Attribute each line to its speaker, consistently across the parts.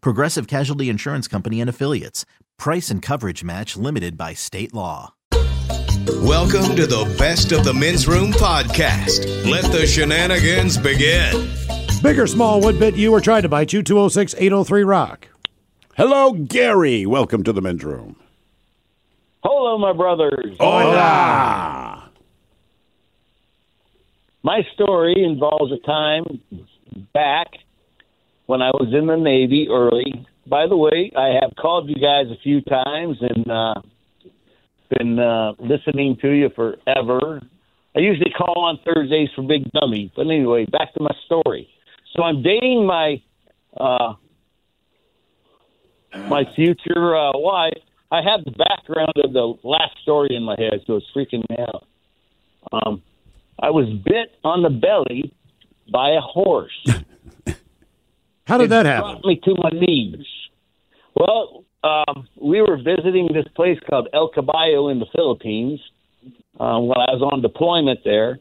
Speaker 1: Progressive Casualty Insurance Company and Affiliates. Price and coverage match limited by state law.
Speaker 2: Welcome to the Best of the Men's Room podcast. Let the shenanigans begin.
Speaker 3: Big or small, what bit you or tried to bite you? 206 803 Rock.
Speaker 4: Hello, Gary. Welcome to the men's room.
Speaker 5: Hello, my brothers.
Speaker 4: Hola.
Speaker 5: My story involves a time back when I was in the Navy early. By the way, I have called you guys a few times and uh, been uh, listening to you forever. I usually call on Thursdays for Big Dummy. But anyway, back to my story. So I'm dating my uh, my future uh, wife. I have the background of the last story in my head, so it's freaking me out. Um, I was bit on the belly by a horse.
Speaker 3: How did that happen?
Speaker 5: brought me to my knees. Well, um, we were visiting this place called El Caballo in the Philippines uh, when I was on deployment there.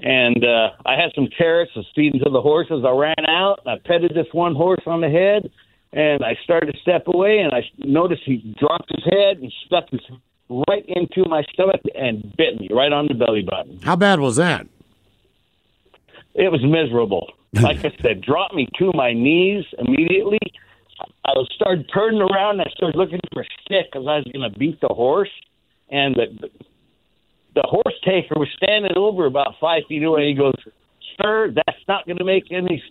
Speaker 5: And uh, I had some carrots to feed to the horses. I ran out. I petted this one horse on the head, and I started to step away. And I noticed he dropped his head and stuck his right into my stomach and bit me right on the belly button
Speaker 3: How bad was that?
Speaker 5: it was miserable. Like I said, dropped me to my knees immediately. I was started turning around. And I started looking for a stick because I was going to beat the horse, and the the horse taker was standing over about five feet away. He goes, "Sir, that's not going to make any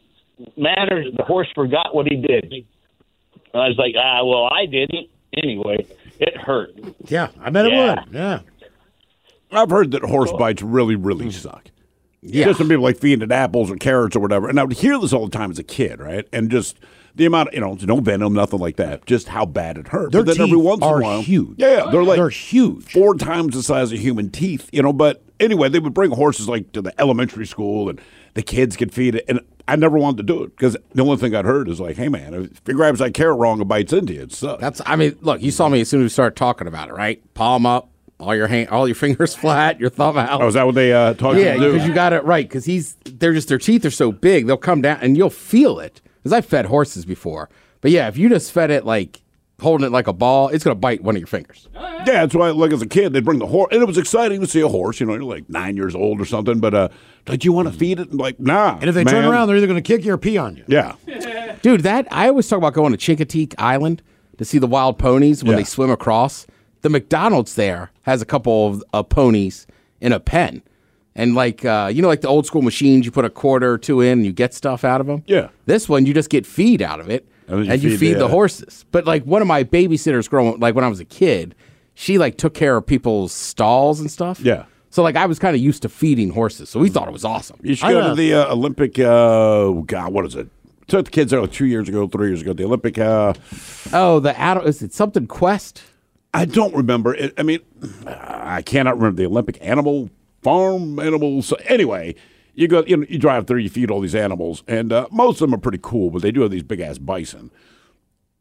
Speaker 5: matter." The horse forgot what he did. And I was like, "Ah, well, I didn't." Anyway, it hurt.
Speaker 3: Yeah, I bet
Speaker 5: Yeah.
Speaker 3: it would. Yeah.
Speaker 4: I've heard that horse bites really, really
Speaker 3: Mm-hmm.
Speaker 4: suck. Yeah. Just some people like feeding it apples or carrots or whatever. And I would hear this all the time as a kid, right? And just the amount, you know, it's no venom, nothing like that. Just how bad it hurt.
Speaker 3: Their
Speaker 4: but then every
Speaker 3: teeth
Speaker 4: once
Speaker 3: are
Speaker 4: in a while,
Speaker 3: huge.
Speaker 4: Yeah, yeah, they're like
Speaker 3: They're huge.
Speaker 4: four times the size of human teeth, you know. But anyway, they would bring horses like to the elementary school, and the kids could feed it. And I never wanted to do it because the only thing I'd heard is like, "Hey, man, if he grabs that carrot wrong and bites into you, it sucks."
Speaker 6: That's I mean, look, you saw me as soon as we started talking about it, right? Palm up, all your hand, all your fingers flat, your thumb out.
Speaker 4: oh, is that what they uh, taught
Speaker 6: yeah,
Speaker 4: you to do?
Speaker 6: because you got it right. Because he's they're just their teeth are so big they'll come down and you'll feel it. Because I've fed horses before, but yeah, if you just fed it like holding it like a ball, it's gonna bite one of your fingers.
Speaker 4: Yeah, that's why, like, as a kid, they'd bring the horse, and it was exciting to see a horse. You know, you're like nine years old or something, but uh, did you
Speaker 6: Mm-hmm.
Speaker 4: want to feed it? Like, nah.
Speaker 3: And if they turn around, they're either going to kick you or pee on you.
Speaker 4: yeah,
Speaker 6: Dude, that I always talk about going to Chincoteague Island to see the wild ponies when
Speaker 4: Yeah.
Speaker 6: they swim across. The McDonald's there has a couple of uh, ponies in a pen, and like uh, you know, like the old school machines, you put a quarter or two in, and you get stuff out of them.
Speaker 4: Yeah.
Speaker 6: this one you just get feed out of it,
Speaker 4: And then you
Speaker 6: and you
Speaker 4: feed
Speaker 6: feed
Speaker 4: the- uh,
Speaker 6: the, horses. But like one of my babysitters growing, like when I was a kid, she like took care of people's stalls and stuff.
Speaker 4: Yeah.
Speaker 6: So like I was kind of used to feeding horses, so we thought it was awesome.
Speaker 4: you should
Speaker 3: I
Speaker 4: go
Speaker 3: know.
Speaker 4: to the uh, Olympic. Uh, God, what is it? Took the kids out two years ago, three years ago. The Olympic. Uh,
Speaker 6: Oh, the adult is it something quest?
Speaker 4: I don't remember. It, I mean, I cannot remember the Olympic animal farm animals. Anyway, you go, you, know, you drive through, you feed all these animals, and uh, most of them are pretty cool, but they do have these big ass bison.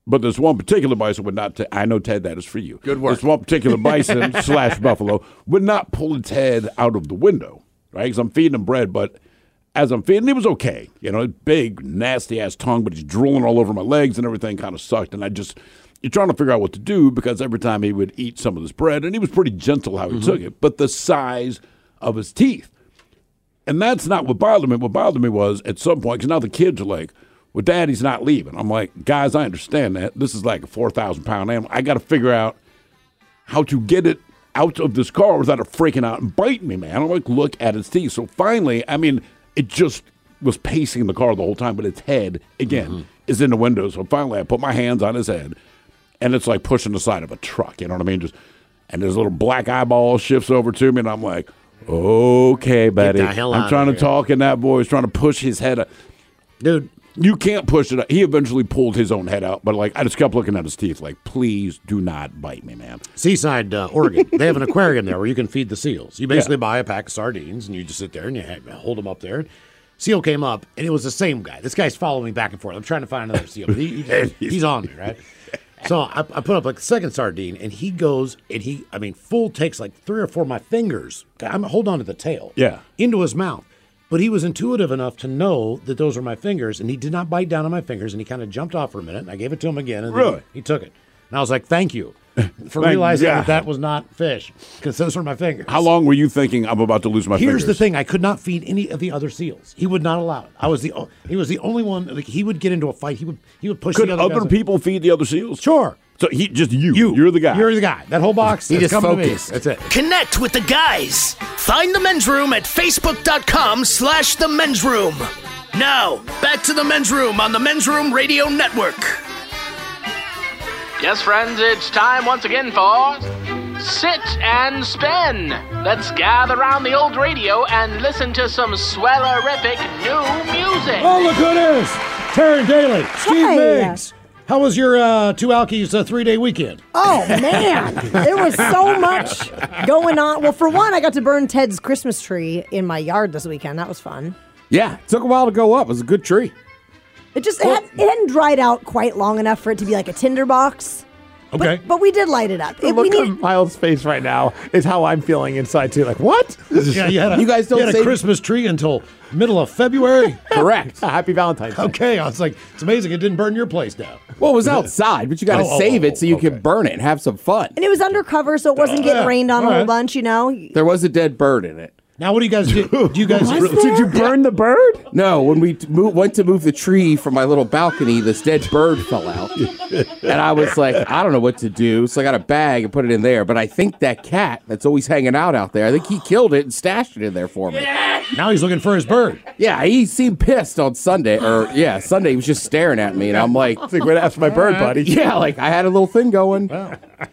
Speaker 4: But this one particular bison would not. ta- I know Ted, that is for you. Good work. This one particular bison slash buffalo would not pull its head out of the window, right? Because I'm feeding him bread, but as I'm feeding, it was okay. You know, big nasty ass tongue, but he's drooling all over my legs and everything kind of sucked. And I just you're trying to figure out what to do because every time he would eat some of this bread, and he was pretty gentle how he took it, but the size of his teeth. And that's not what bothered me. What bothered me was at some point, because now the kids are like, Well, daddy's not leaving. I'm like, guys, I understand that. This is like a 4,000 pound animal. I got to figure out how to get it out of this car without it freaking out and biting me, man. I'm like, look at its teeth. So finally, I mean, it just was pacing the car the whole time, but its head, again,
Speaker 7: Mm-hmm.
Speaker 4: is in the window. So finally, I put my hands on his head, and it's like pushing the side of a truck. You know what I mean? Just and his little black eyeball shifts over to me, and I'm like, okay, buddy.
Speaker 7: hell
Speaker 4: I'm
Speaker 7: outta
Speaker 4: trying
Speaker 7: here.
Speaker 4: to talk in that voice, trying to push his head up.
Speaker 3: Dude,
Speaker 4: You can't push it. Out. He eventually pulled his own head out, but like I just kept looking at his teeth, like, please do not bite me, man.
Speaker 7: Seaside, uh, Oregon. They have an aquarium there where you can feed the seals. You basically buy a pack of sardines and you just sit there and you ha- hold them up there. Seal came up and it was the same guy. This guy's following me back and forth. I'm trying to find another seal. but He, he- he's on me, right? So I, I put up like the second sardine and he goes and he, I mean, full takes like three or four of my fingers. I'm holding on to the tail.
Speaker 4: Yeah.
Speaker 7: Into his mouth. But he was intuitive enough to know that those were my fingers and he did not bite down on my fingers and he kind of jumped off for a minute and I gave it to him again and then
Speaker 4: Really?
Speaker 7: he took it. And I was like, thank you for
Speaker 4: Thank
Speaker 7: realizing
Speaker 4: God.
Speaker 7: that that was not fish because those were my fingers.
Speaker 4: How long were you thinking I'm about to lose my
Speaker 7: Here's the
Speaker 4: fingers?
Speaker 7: thing: I could not feed any of the other seals. He would not allow it. I was the o- he was the only one. Like he would get into a fight. He would he would push
Speaker 4: Could
Speaker 7: the other, guys.
Speaker 4: other people feed the other seals?
Speaker 7: Sure,
Speaker 4: So he just you.
Speaker 7: you.
Speaker 4: You're the guy.
Speaker 7: You're the guy. That whole box.
Speaker 6: He
Speaker 7: that's
Speaker 6: just
Speaker 7: coming to me.
Speaker 6: focused.
Speaker 7: That's it.
Speaker 8: Connect with the guys. Find the men's room at facebook.com slash the men's room. Now, back to the men's room on the men's room radio network.
Speaker 9: Yes, friends, it's time once again for Sit and Spin. Let's gather around the old radio and listen to some swellerific new music.
Speaker 3: oh, look who it is. Taryn Daly, Steve Miggs. How was your uh, two Alkies uh, three day weekend?
Speaker 10: Oh man, there was so much going on. Well, for one, I got to burn Ted's Christmas tree in my yard this weekend. That was fun.
Speaker 6: Yeah, it took a while to go up. It was a good tree.
Speaker 10: It just it, had, it hadn't dried out quite long enough for it to be like a tinderbox.
Speaker 3: Okay.
Speaker 10: But we did light it up. It- we
Speaker 11: Look
Speaker 10: needed,
Speaker 11: on Miles' face right now is how I'm feeling inside too. Like what?
Speaker 3: yeah, you had a,
Speaker 6: You guys don't
Speaker 3: you had a
Speaker 6: say-
Speaker 3: Christmas tree until middle of February.
Speaker 6: Correct.
Speaker 11: Happy Valentine's. Day.
Speaker 3: okay, I was like, it's amazing it didn't burn your place down.
Speaker 6: Well, it was outside, but you got to
Speaker 3: Oh, oh,
Speaker 6: save
Speaker 3: oh,
Speaker 6: it so you
Speaker 3: okay.
Speaker 6: can burn it and have some fun.
Speaker 10: and it was undercover, so it wasn't getting
Speaker 3: Uh, yeah,
Speaker 10: rained on a
Speaker 3: all
Speaker 10: whole
Speaker 3: right.
Speaker 10: bunch. You know,
Speaker 6: There was a dead bird in it.
Speaker 3: Now, what do you guys do? Do you guys
Speaker 11: Did you burn the bird?
Speaker 6: No, when we t- mo- went to move the tree from my little balcony, this dead bird fell out. And I was like, I don't know what to do. So I got a bag and put it in there. But I think that cat that's always hanging out out there, I think he killed it and stashed it in there for me.
Speaker 3: now he's looking for his bird.
Speaker 6: Yeah, he seemed pissed on Sunday. Or, yeah, Sunday, he was just staring at me. And I'm like,
Speaker 11: It's like right after my bird, buddy.
Speaker 6: yeah, like I had a little thing going.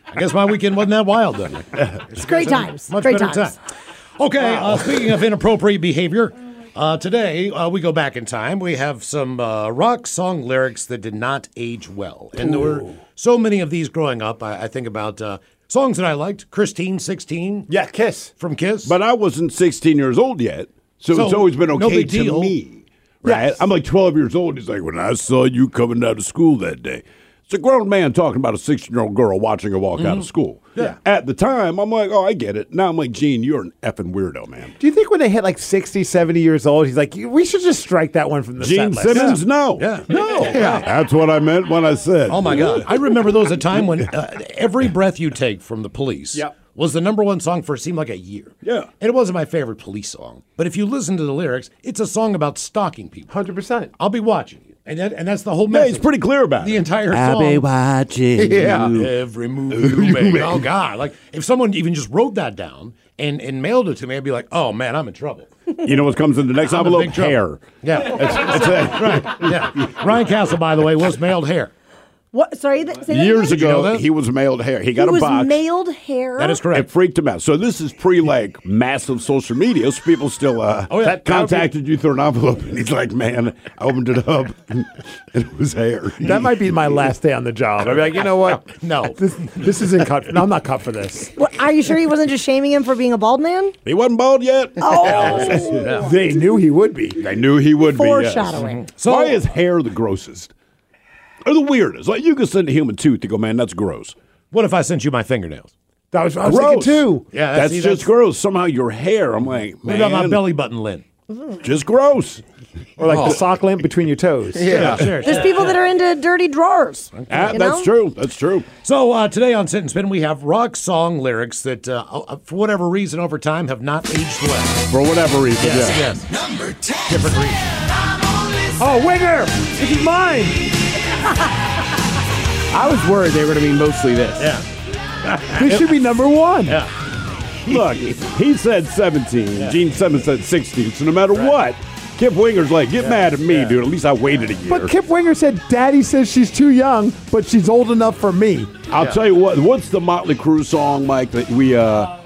Speaker 3: I guess my weekend wasn't that wild then.
Speaker 10: it's great times.
Speaker 3: Much
Speaker 10: great
Speaker 3: better
Speaker 10: times.
Speaker 3: time. Okay, uh, speaking of inappropriate behavior, uh, today uh, we go back in time. We have some uh, rock song lyrics that did not age well. And there were so many of these growing up. I, I think about uh, songs that I liked Christine 16
Speaker 11: Yeah, kiss.
Speaker 3: from Kiss.
Speaker 4: But I wasn't 16 years old yet, so,
Speaker 3: So,
Speaker 4: it's always been
Speaker 3: no
Speaker 4: okay
Speaker 3: big
Speaker 4: to
Speaker 3: deal.
Speaker 4: me. Right? I'm like 12 years old. He's like, when I saw you coming out of school that day. It's a grown man talking about a 16 year old girl watching her walk
Speaker 6: Mm-hmm.
Speaker 4: out of school. Yeah. At the time, I'm like, oh, I get it. Now I'm like, Gene, you're an effing weirdo, man.
Speaker 11: Do you think when they hit like 60, 70 years old, he's like, we should just strike that one from the
Speaker 4: Gene
Speaker 11: set list.
Speaker 4: Simmons, no.
Speaker 3: Yeah.
Speaker 4: No. That's what I meant when I said.
Speaker 3: oh my God. I remember there was a time when uh, Every Breath You Take from The Police
Speaker 4: Yep.
Speaker 3: was the number one song for it seemed like a year.
Speaker 4: Yeah.
Speaker 3: And it wasn't my favorite police song. But if you listen to the lyrics, it's a song about stalking people.
Speaker 11: Hundred percent.
Speaker 3: I'll be watching you. And, that, and that's the whole
Speaker 4: Yeah,
Speaker 3: message.
Speaker 4: he's pretty clear about
Speaker 3: the
Speaker 4: it.
Speaker 3: entire song.
Speaker 11: watching.
Speaker 3: Yeah.
Speaker 11: Yeah.
Speaker 3: Every move you make. Oh God! Like if someone even just wrote that down and and mailed it to me, I'd be like, oh man, I'm in trouble.
Speaker 4: You know what comes in the next
Speaker 3: I'm in
Speaker 4: envelope?
Speaker 3: big trouble.
Speaker 4: Hair.
Speaker 3: Yeah,
Speaker 4: That's it.
Speaker 3: yeah. Ryan Castle, by the way, was mailed hair.
Speaker 10: What? Sorry, th- say that
Speaker 4: Years
Speaker 10: again?
Speaker 4: ago,
Speaker 3: that?
Speaker 4: he was mailed hair. He got
Speaker 10: He
Speaker 4: a
Speaker 10: was
Speaker 4: box.
Speaker 10: mailed hair.
Speaker 3: That is
Speaker 4: It
Speaker 3: correct.
Speaker 4: freaked him out. So this is pre like massive social media. So people still uh,
Speaker 3: Oh, yeah.
Speaker 4: that contacted you through an envelope, and he's like, "Man, I opened it up, and it was hair."
Speaker 11: That might be my last day on the job. I'd be like, you know what?
Speaker 3: No.
Speaker 11: This, this isn't cut. No, I'm not cut for this.
Speaker 10: What, are you sure he wasn't just shaming him for being a bald man?
Speaker 4: he wasn't bald yet.
Speaker 10: Oh,
Speaker 11: They knew he would be.
Speaker 4: I knew he would be. yes. Mhm.
Speaker 10: foreshadowing.
Speaker 3: So-
Speaker 4: Why is hair the grossest or the weirdest? Like you could send a human tooth to go, "Man, that's gross."
Speaker 3: What if I sent you my fingernails?
Speaker 11: That was, I was thinking
Speaker 4: Gross
Speaker 11: too.
Speaker 3: Yeah,
Speaker 4: that's
Speaker 3: see,
Speaker 4: just
Speaker 3: that's-
Speaker 4: gross. Somehow your hair. I'm like,
Speaker 3: What about my
Speaker 4: man,
Speaker 3: belly button lint?
Speaker 4: just gross. Oh.
Speaker 11: Or like the sock lamp between your toes.
Speaker 3: Yeah, sure.
Speaker 10: There's people that are into dirty drawers.
Speaker 4: Ah,
Speaker 10: you
Speaker 4: that's
Speaker 10: know?
Speaker 4: true. That's true.
Speaker 3: So uh, today on Sit and Spin, we have rock song lyrics that, uh, uh, for whatever reason, over time have not aged well.
Speaker 4: For whatever reason, yeah.
Speaker 3: Yes, yes.
Speaker 8: Number 10.
Speaker 3: Different reason.
Speaker 11: Oh, winner! This is mine.
Speaker 6: I was worried they were going to be mostly this.
Speaker 11: Yeah. this should be number one.
Speaker 3: Yeah.
Speaker 4: Look, he said 17. Gene Simmons said 16. So no matter what, Kip Winger's like, get mad at me, dude. At least I waited a year.
Speaker 11: But Kip Winger said, "Daddy says she's too young, but she's old enough for me."
Speaker 4: I'll tell you what. What's the Motley Crue song, Mike? That we uh,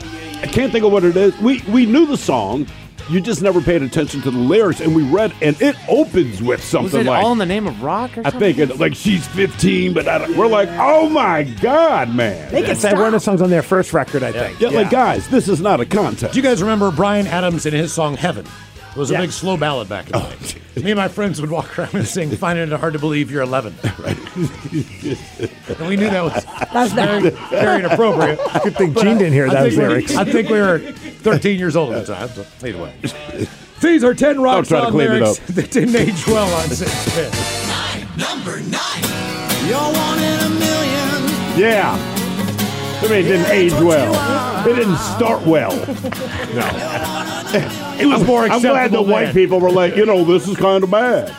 Speaker 4: I can't think of what it is. We we knew the song. You just never paid attention to the lyrics, and we read, and it opens with something
Speaker 12: Was it
Speaker 4: like
Speaker 12: all in the name of rock? Or
Speaker 4: I think it, like she's 15, but I don't, we're like, oh my god, man!
Speaker 11: They get that Werner songs on their first record, I think.
Speaker 4: Yeah, like guys, this is not a contest.
Speaker 3: Do you guys remember Brian Adams and his song Heaven? It was a big slow ballad back in
Speaker 4: Oh.
Speaker 3: the day. Me and my friends would walk around and sing, Finding It Hard to Believe You're 11. Right. and we knew that was
Speaker 10: That's
Speaker 3: very,
Speaker 10: not-
Speaker 3: very inappropriate.
Speaker 11: Good thing
Speaker 3: But
Speaker 11: Gene
Speaker 3: I-
Speaker 11: didn't hear
Speaker 3: I
Speaker 11: those
Speaker 3: think we-
Speaker 11: lyrics.
Speaker 3: I think we were 13 years old at the time. So either way. These are 10 rock
Speaker 4: try to
Speaker 3: song
Speaker 4: clean it
Speaker 3: lyrics
Speaker 4: up.
Speaker 3: that didn't age well on 610.
Speaker 9: You're one in a million.
Speaker 4: Yeah, I mean, it didn't age well. It didn't start well.
Speaker 3: It was more
Speaker 4: I'm glad the
Speaker 3: acceptable
Speaker 4: white
Speaker 3: then.
Speaker 4: people were like, you know, this is kind of bad.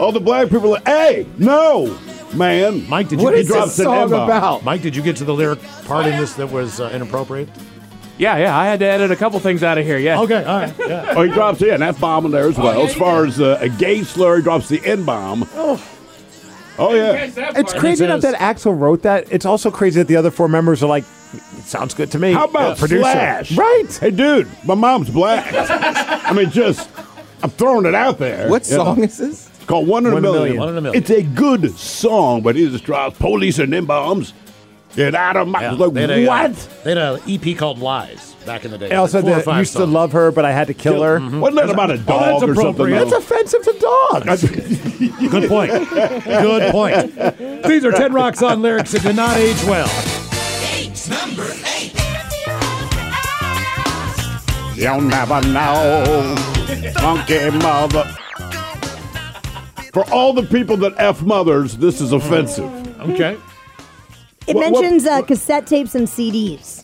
Speaker 4: All the black people were like, hey, no, man.
Speaker 3: Mike, did you
Speaker 4: What
Speaker 3: get
Speaker 4: is this
Speaker 3: to
Speaker 4: song about?
Speaker 3: Mike, did you get to the lyric part in this that was uh, inappropriate?
Speaker 12: Yeah, yeah. I had to edit a couple things out of here. Yeah.
Speaker 3: Okay, all right. Yeah.
Speaker 4: Oh, he drops the N F bomb in there as well. As far as uh, a gay slur, he drops the N bomb.
Speaker 11: Oh.
Speaker 4: Oh, yeah.
Speaker 11: It's crazy enough that Axel wrote that. It's also crazy that the other four members are like, "It sounds good to me."
Speaker 4: How about
Speaker 11: The producer,
Speaker 4: Slash?
Speaker 11: right?
Speaker 4: Hey, dude, my mom's black. I mean, just, I'm throwing it out there.
Speaker 6: What
Speaker 4: you know.
Speaker 6: song is this?
Speaker 4: It's called One in a
Speaker 3: One in a
Speaker 4: Million.
Speaker 3: Million. One in a Million.
Speaker 4: It's a good song, but he just drops police and N bombs. Get out of my. I was
Speaker 3: They
Speaker 4: like,
Speaker 3: had a, uh,
Speaker 4: what?
Speaker 3: they had an EP called Lies back in the day.
Speaker 11: And also,
Speaker 3: like four or
Speaker 11: the,
Speaker 3: five
Speaker 11: used
Speaker 3: songs. Mm-hmm. Oh,
Speaker 11: to love her, but I had to kill her.
Speaker 4: Wasn't that about a dog or something?
Speaker 11: That's
Speaker 4: though?
Speaker 11: offensive to dogs.
Speaker 3: Good point. Good point. These are 10 Rock Song lyrics that did not age well.
Speaker 4: You'll never know, funky mother. For all the people that f mothers, this is offensive.
Speaker 3: Okay.
Speaker 10: It
Speaker 4: What- what-
Speaker 10: mentions uh, cassette tapes and CDs.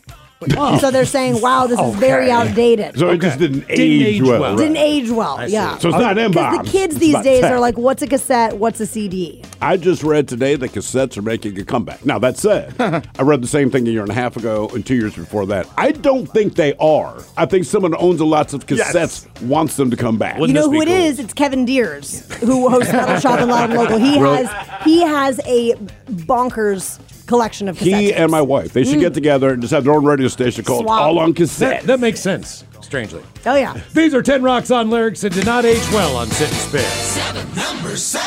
Speaker 3: Oh.
Speaker 10: So they're saying, wow, this is very outdated.
Speaker 4: So it just didn't age,
Speaker 3: age
Speaker 4: well.
Speaker 3: well.
Speaker 10: Didn't age well.
Speaker 3: see.
Speaker 10: Yeah.
Speaker 4: So it's not M
Speaker 10: Because
Speaker 4: bombs.
Speaker 10: the kids
Speaker 4: It's
Speaker 10: these
Speaker 4: about
Speaker 10: days
Speaker 4: tech.
Speaker 10: are like, what's a cassette? What's a CD?
Speaker 4: I just read today that cassettes are making a comeback. Now that said, I read the same thing a year and a half ago and two years before that. I don't think they are. I think someone who owns a lots of cassettes wants them to come back.
Speaker 10: you know who it is? It's Kevin Deers, who hosts Metal Shop and Loud and Local. He has he has a bonkers collection of cassettes.
Speaker 4: He and my wife, they should get together and just have their own radio station called
Speaker 10: Hmm. Swap.
Speaker 4: All on
Speaker 3: That,
Speaker 4: Cassette.
Speaker 3: that makes sense, strangely.
Speaker 10: oh yeah.
Speaker 3: These are 10 Rock Song lyrics that did not age well on Sit and Spin.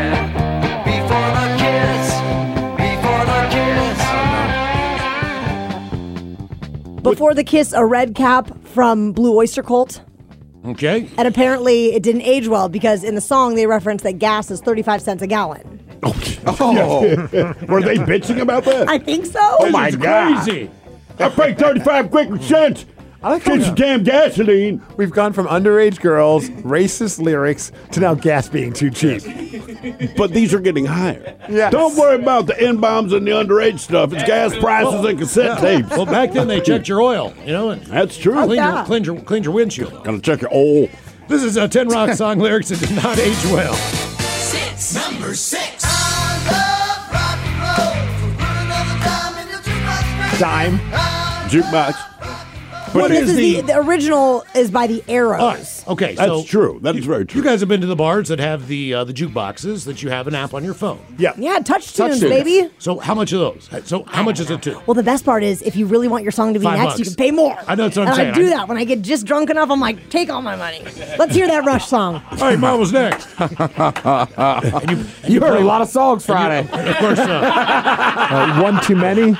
Speaker 9: Before the kids. Before the kids.
Speaker 10: Before the kiss, a red cap from Blue Oyster Cult.
Speaker 3: Okay.
Speaker 10: And apparently it didn't age well because in the song they reference that gas is 35 cents a gallon.
Speaker 4: Oh, were they bitching about that?
Speaker 10: I think so.
Speaker 4: Oh my god!
Speaker 3: Crazy.
Speaker 4: I paid thirty-five quick cents.
Speaker 11: I like how
Speaker 4: Get your damn gasoline.
Speaker 11: We've gone from underage girls, racist lyrics, to now gas being too cheap.
Speaker 4: But these are getting higher.
Speaker 11: Yes.
Speaker 4: Don't worry about the N bombs and the underage stuff. It's gas prices and cassette tapes.
Speaker 3: Well, back then they checked your oil, you know, and
Speaker 4: That's true.
Speaker 3: cleaned,
Speaker 10: yeah.
Speaker 3: your, cleaned, your, cleaned your windshield.
Speaker 4: Gonna check your oil.
Speaker 3: This is uh, 10 Rock Song lyrics that did not age well.
Speaker 9: Number six. I love rock and roll. So put another dime in the jukebox.
Speaker 11: Dime.
Speaker 4: Jukebox.
Speaker 10: well,
Speaker 4: But
Speaker 10: this
Speaker 4: it-
Speaker 10: is the, the original is by the Arrows.
Speaker 3: Okay,
Speaker 4: that's
Speaker 3: so
Speaker 4: true. That is very true.
Speaker 3: you guys have been to the bars that have the uh, the jukeboxes that you have an app on your phone.
Speaker 11: Yeah.
Speaker 10: yeah, touch tunes,
Speaker 6: Tunes.
Speaker 10: baby.
Speaker 3: So how much of those? So how much is it to?
Speaker 10: Well, the best part is if you really want your song to be
Speaker 3: Five
Speaker 10: next, you
Speaker 3: bucks.
Speaker 10: can pay more.
Speaker 3: I know, that's what I'm
Speaker 10: and
Speaker 3: saying.
Speaker 10: I do
Speaker 3: I-
Speaker 10: that when I get just drunk enough. I'm like, take all my money. Let's hear that Rush song.
Speaker 3: All right, mom was next. and you, and
Speaker 11: You heard
Speaker 3: play-
Speaker 11: a lot of songs Friday.
Speaker 3: and of course, uh,
Speaker 11: Uh, one too many.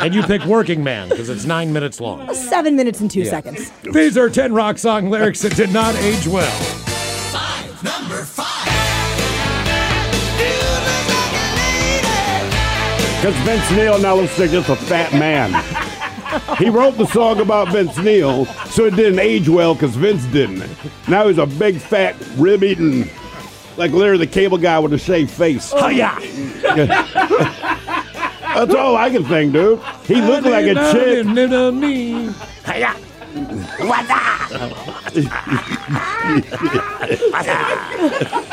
Speaker 3: and you pick "Working Man" because it's nine minutes long.
Speaker 10: Seven minutes and two seconds.
Speaker 3: These are ten rock song lyrics that did not age well.
Speaker 4: Because Vince Neil now looks like just a fat man. he wrote the song about Vince Neil, so it didn't age well because Vince didn't. Now he's a big, fat, rib eating, like Larry the Cable Guy with a shaved face. Oh, yeah. That's all I can think, dude. He looked like a
Speaker 3: Love
Speaker 4: chick.
Speaker 3: you, little me.
Speaker 13: What's up?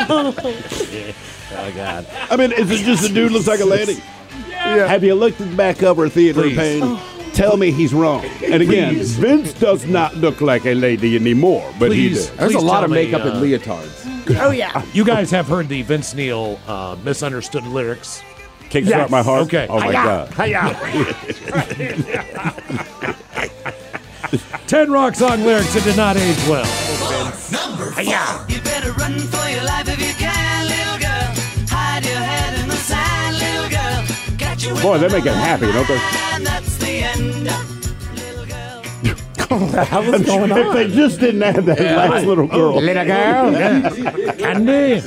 Speaker 13: What's
Speaker 7: Oh God!
Speaker 4: I mean, is it just a dude looks like a lady? Have you looked at the back of her theater
Speaker 7: Please.
Speaker 3: Oh.
Speaker 4: pain? Tell me he's wrong. And again,
Speaker 7: Please.
Speaker 4: Vince does not look like a lady anymore, but he
Speaker 3: Please-
Speaker 4: does.
Speaker 3: There's a please lot of tell me, makeup and uh,
Speaker 4: leotards.
Speaker 10: Oh yeah.
Speaker 3: You guys have heard the Vince Neil uh, misunderstood lyrics.
Speaker 4: Kickstart Yes. my heart?
Speaker 3: Okay.
Speaker 4: Oh, my Hi-ya, God.
Speaker 3: Ten rock song lyrics that did not age well.
Speaker 13: Number
Speaker 3: Hi-ya.
Speaker 13: You better run for your life if you can, little girl. Hide your head in the sand, little girl. Catch you
Speaker 4: Boy,
Speaker 13: with
Speaker 4: they
Speaker 13: a
Speaker 4: make him happy, don't they?
Speaker 13: And that's the end.
Speaker 4: If they just didn't have that
Speaker 13: Yeah.
Speaker 4: last little
Speaker 3: Oh,
Speaker 4: girl.
Speaker 13: Little girl, yeah.
Speaker 3: Candy.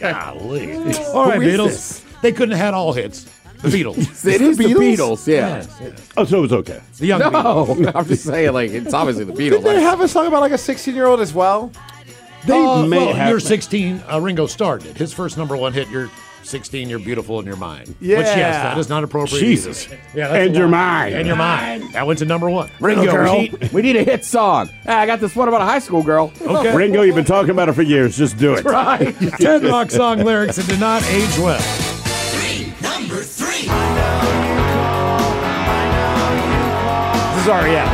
Speaker 7: Golly.
Speaker 3: All right,
Speaker 7: Who is
Speaker 3: Beatles.
Speaker 7: this?
Speaker 3: They couldn't have had all hits. The Beatles.
Speaker 6: It is the Beatles, yeah.
Speaker 4: Oh, so it was okay.
Speaker 3: The young
Speaker 6: no,
Speaker 3: Beatles.
Speaker 6: I'm just saying, like it's obviously the Beatles.
Speaker 11: Didn't they
Speaker 6: Like,
Speaker 11: have a song about like a 16 year old as well?
Speaker 3: They
Speaker 11: Uh,
Speaker 3: may
Speaker 11: well,
Speaker 3: Oh, well, You're
Speaker 11: you're
Speaker 3: 16. Uh, Ringo Starr did. His first number one hit, You're 16, You're Beautiful in Your Mind. Which,
Speaker 7: Yeah.
Speaker 3: yes, that is not appropriate.
Speaker 7: Jesus.
Speaker 3: either. Yeah, that's
Speaker 7: And
Speaker 3: a
Speaker 7: Your
Speaker 3: lot.
Speaker 7: Mind.
Speaker 3: And Your Mind. That went to number one.
Speaker 6: Ringo, we need, we need a hit song. Ah, I got this one about a high school girl.
Speaker 3: Okay.
Speaker 4: Ringo, you've been talking about it for years. Just do it.
Speaker 3: Right. Ted Rock song lyrics that did not age well.
Speaker 11: This is
Speaker 3: E
Speaker 11: REM.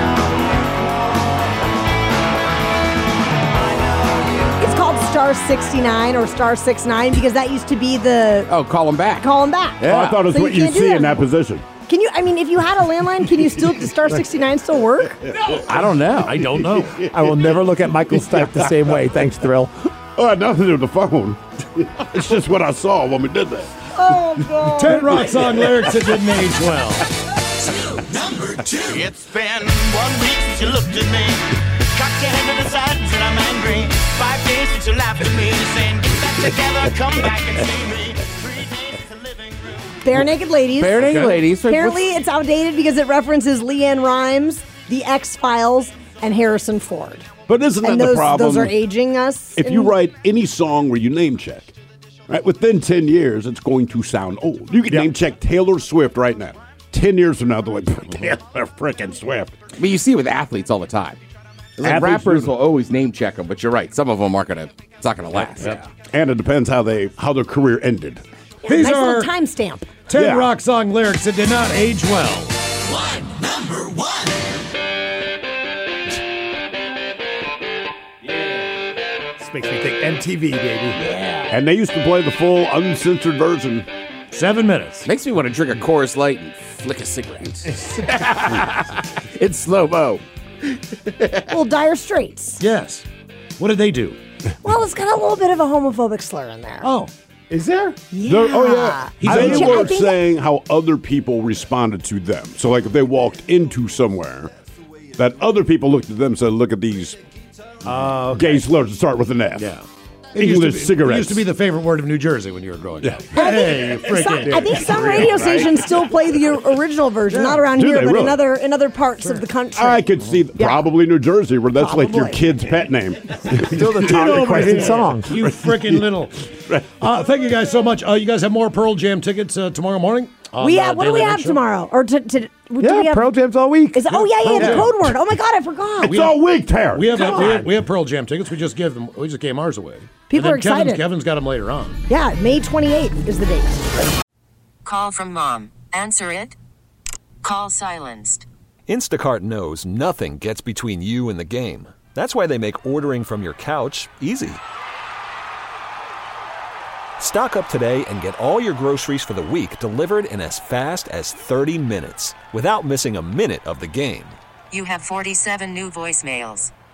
Speaker 10: It's called Star 69 or Star 69 because that used to be the
Speaker 6: Oh, call him back.
Speaker 10: call them back.
Speaker 4: Oh, I thought it was
Speaker 10: So
Speaker 4: what
Speaker 10: you
Speaker 4: you
Speaker 10: can't do
Speaker 4: see
Speaker 10: that
Speaker 4: in that position.
Speaker 10: Can you? I mean, if you had a landline, can you still does Star 69 still work? No.
Speaker 11: I don't know. I
Speaker 3: don't know.
Speaker 11: I will never look at Michael's type the same way. Thanks, Thrill.
Speaker 4: Oh, it had nothing to do with the phone. it's just what I saw when we did that.
Speaker 10: Oh God.
Speaker 3: Ted Rock song lyrics that didn't age well.
Speaker 13: Number two. It's been one week since you looked at me. Cocked your head to the side and said I'm angry. Five days since you laughed at me, saying get back together, come back and see me.
Speaker 10: Bare Naked Ladies.
Speaker 6: Bare Naked Okay. Ladies. Wait,
Speaker 10: Apparently, it's outdated because it references Leanne Rhymes, The X Files, and Harrison Ford.
Speaker 4: But isn't that
Speaker 10: and
Speaker 4: the
Speaker 10: those,
Speaker 4: problem?
Speaker 10: Those are aging us.
Speaker 4: If
Speaker 10: in-
Speaker 4: you write any song where you name check, right, within 10 years, it's going to sound old. You can name check Taylor Swift right now. 10 years from now, they're like, Taylor freaking Swift.
Speaker 6: I mean, you see it with athletes all the time. It's Like
Speaker 4: Athletes
Speaker 6: rappers
Speaker 4: do.
Speaker 6: will always name check them, but you're right. Some of them aren't gonna. It's not gonna last.
Speaker 4: And it depends how they how their career ended.
Speaker 10: Yeah,
Speaker 3: These
Speaker 10: nice
Speaker 3: are-
Speaker 10: little timestamp.
Speaker 3: Ted Rock song lyrics that did not age well.
Speaker 11: This makes me think MTV, baby. Yeah.
Speaker 4: And they used to play the full uncensored version.
Speaker 3: Seven minutes.
Speaker 6: Makes me want to drink a chorus light and flick a cigarette. it's slow mo.
Speaker 10: well, Dire Straits.
Speaker 3: Yes. What did they do?
Speaker 10: Well, it's got a little bit of a homophobic slur in there.
Speaker 3: Oh,
Speaker 11: is there?
Speaker 10: Yeah.
Speaker 4: They're- Oh yeah,
Speaker 10: He's
Speaker 4: I
Speaker 10: a-
Speaker 4: think
Speaker 10: I
Speaker 4: they were
Speaker 10: think-
Speaker 4: saying how other people responded to them. So like if they walked into somewhere, that other people looked at them and said, "Look at these gay slurs that start with an F." Yeah,
Speaker 3: It used to
Speaker 4: English
Speaker 3: be-
Speaker 4: cigarettes.
Speaker 3: It used to be the favorite word of New Jersey when you were growing up. Hey, you
Speaker 10: Some-
Speaker 3: freaking.
Speaker 10: I think some radio stations still play the original version, not around
Speaker 4: Do
Speaker 10: here,
Speaker 4: they
Speaker 10: but in
Speaker 4: really?
Speaker 10: other in other parts of the country.
Speaker 4: I could see probably New Jersey where that's like your
Speaker 10: Probably.
Speaker 4: kid's pet name.
Speaker 11: Still the
Speaker 3: Get over here,
Speaker 11: song.
Speaker 3: You freaking little. Uh, thank you guys so much. Uh, you guys have more Pearl Jam tickets uh, tomorrow morning. on,
Speaker 10: we
Speaker 3: uh,
Speaker 10: have what do
Speaker 3: Daily
Speaker 10: we
Speaker 3: Mix
Speaker 10: have
Speaker 3: Show.
Speaker 10: tomorrow? Or to, to, do
Speaker 11: Yeah,
Speaker 10: we have,
Speaker 11: Pearl Jam's all week.
Speaker 10: Is it, oh yeah, yeah, the
Speaker 3: Pearl
Speaker 10: code word. Oh my god, I forgot.
Speaker 3: We have-
Speaker 4: week, Terry.
Speaker 3: We have,
Speaker 10: Come
Speaker 3: we have
Speaker 10: on.
Speaker 3: we have Pearl Jam tickets. We just give them. We just gave ours away.
Speaker 10: People
Speaker 3: And then
Speaker 10: are excited.
Speaker 3: Kevin's, Kevin's got them later on.
Speaker 10: Yeah, May 28th is the date.
Speaker 14: Call from mom. Answer it. Call silenced.
Speaker 15: Instacart knows nothing gets between you and the game. That's why they make ordering from your couch easy. Stock up today and get all your groceries for the week delivered in as fast as 30 minutes without missing a minute of the game.
Speaker 14: You have 47 new voicemails.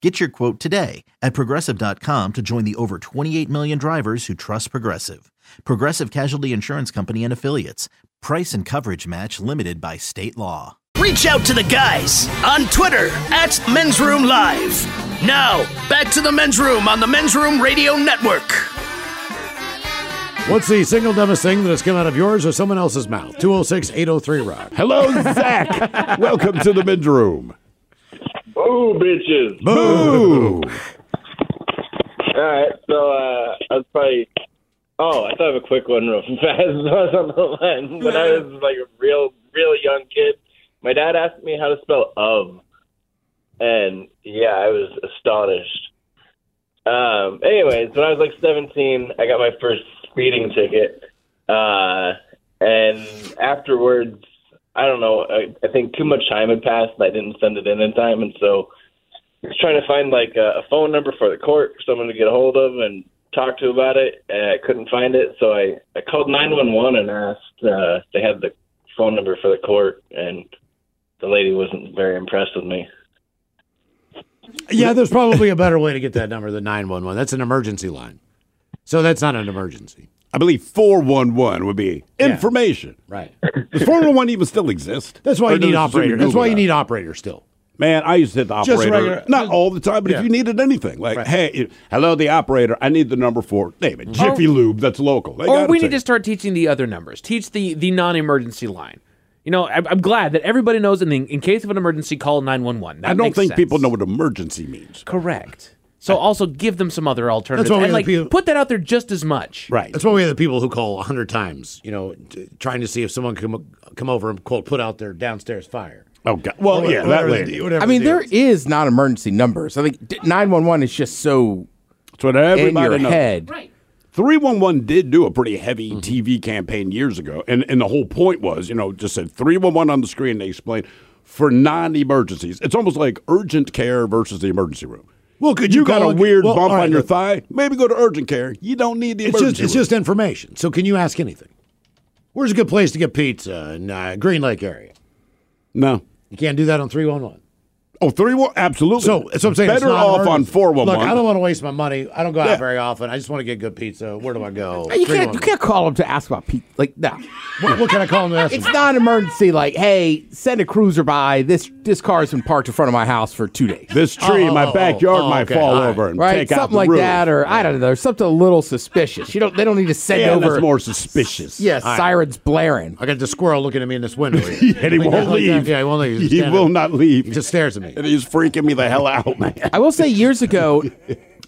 Speaker 1: Get your quote today at progressive.com to join the over 28 million drivers who trust Progressive. Progressive Casualty Insurance Company and Affiliates. Price and coverage match limited by state law.
Speaker 8: reach out to the guys on Twitter at Men's Room Live. Now, back to the Men's Room on the Men's Room Radio Network.
Speaker 7: What's the single dumbest thing that has come out of yours or someone else's mouth? 206 803 Rock.
Speaker 4: Hello, Zach. Welcome to the men's room.
Speaker 16: Oh, bitches.
Speaker 4: Boo!
Speaker 16: All right, so uh, I was probably. Oh, I thought of a quick one real fast. I was on the line when I was like a real, really young kid. My dad asked me how to spell of, and yeah, I was astonished. Um, anyways, when I was like 17, I got my first speeding ticket, uh, and afterwards, I don't know. I, I think too much time had passed, and I didn't send it in in time, and so I was trying to find like a, a phone number for the court, someone to get a hold of, and talk to about it. And I couldn't find it, so I I called nine one one and asked. Uh, if they had the phone number for the court, and the lady wasn't very impressed with me.
Speaker 7: Yeah, there's probably a better way to get that number than 911. That's an emergency line. So that's not an emergency.
Speaker 4: I believe 411 would be information.
Speaker 7: Right.
Speaker 4: Does 411 even still exist?
Speaker 7: That's why
Speaker 4: Or
Speaker 7: you need
Speaker 4: does
Speaker 7: operator.
Speaker 4: Jimmy
Speaker 7: That's why you
Speaker 4: Google
Speaker 7: need operator still.
Speaker 4: that? Man, I used to hit the
Speaker 7: Just
Speaker 4: operator.
Speaker 7: regular-
Speaker 4: not all the time, but
Speaker 7: Yeah.
Speaker 4: if you needed anything, like, hey, it- hello, the operator, I need the number for David. Jiffy Lube, that's local. They
Speaker 12: or
Speaker 4: gotta
Speaker 12: we
Speaker 4: take
Speaker 12: need to start teaching the other numbers. Teach the the non-emergency line. You know, I'm, I'm glad that everybody knows. In, the, in case of an emergency, call nine one one.
Speaker 4: I don't think people know what emergency means.
Speaker 12: Correct. So also give them some other alternatives.
Speaker 7: why we
Speaker 12: and,
Speaker 7: have
Speaker 12: like,
Speaker 7: people-
Speaker 12: put that out there just as much.
Speaker 4: Right.
Speaker 7: That's why we have the people who call a hundred times. You know, t- trying to see if someone can come- come over and quote put out their downstairs fire.
Speaker 4: Oh God! Well,
Speaker 7: Or yeah, that whatever lady. the- whatever
Speaker 6: I mean,
Speaker 7: the
Speaker 6: there is non-emergency numbers. I think nine one one is just so.
Speaker 4: It's what everybody
Speaker 6: in your
Speaker 4: knows.
Speaker 6: head.
Speaker 4: Right. 311 did do a pretty heavy
Speaker 7: Mm-hmm.
Speaker 4: TV campaign years ago. And, and the whole point was, you know, just said 311 on the screen. They explained for non emergencies. It's almost like urgent care versus the emergency room.
Speaker 7: Well, could
Speaker 4: you,
Speaker 7: you
Speaker 4: got
Speaker 7: call
Speaker 4: a
Speaker 7: it-
Speaker 4: weird
Speaker 7: well,
Speaker 4: bump
Speaker 7: all right,
Speaker 4: on your
Speaker 7: look.
Speaker 4: thigh? Maybe go to urgent care. You don't need the
Speaker 7: It's
Speaker 4: emergency
Speaker 7: just it's
Speaker 4: room.
Speaker 7: just information. So can you ask anything? Where's a good place to get pizza in uh, Green Lake area?
Speaker 4: No.
Speaker 7: You can't do that on three one one.
Speaker 4: Oh, 311, absolutely.
Speaker 7: So that's what I'm saying. it's
Speaker 4: Better
Speaker 7: not
Speaker 4: off on
Speaker 7: emergency.
Speaker 4: 411.
Speaker 7: Look, I don't want to waste my money. I don't go out
Speaker 4: Yeah.
Speaker 7: very often. I just want to get good pizza. Where do I go?
Speaker 6: You can't, you
Speaker 7: 311.
Speaker 6: can't call them to ask about Pete. Like, no.
Speaker 7: What, what can I call them? To ask
Speaker 6: It's
Speaker 7: about?
Speaker 6: not an emergency. Like, hey, send a cruiser by. This this car's been parked in front of my house for two days.
Speaker 4: This tree
Speaker 7: Oh,
Speaker 4: in my backyard might fall over and
Speaker 6: right,
Speaker 4: take
Speaker 6: something
Speaker 4: out the
Speaker 6: like
Speaker 4: roof.
Speaker 6: that, or I don't know, something a little suspicious. You don't. They don't need to send
Speaker 4: Yeah,
Speaker 6: over.
Speaker 4: that's more suspicious.
Speaker 6: Yeah, sirens blaring.
Speaker 7: I got the squirrel looking at me in this window. here.
Speaker 4: and he
Speaker 7: Like
Speaker 4: won't
Speaker 7: that, like that.
Speaker 4: leave.
Speaker 7: Yeah, he won't leave. He's
Speaker 4: He
Speaker 7: standing
Speaker 4: will
Speaker 7: there.
Speaker 4: not leave. He
Speaker 7: just stares at me.
Speaker 4: And he's freaking me the hell out, man.
Speaker 6: I will say, years ago,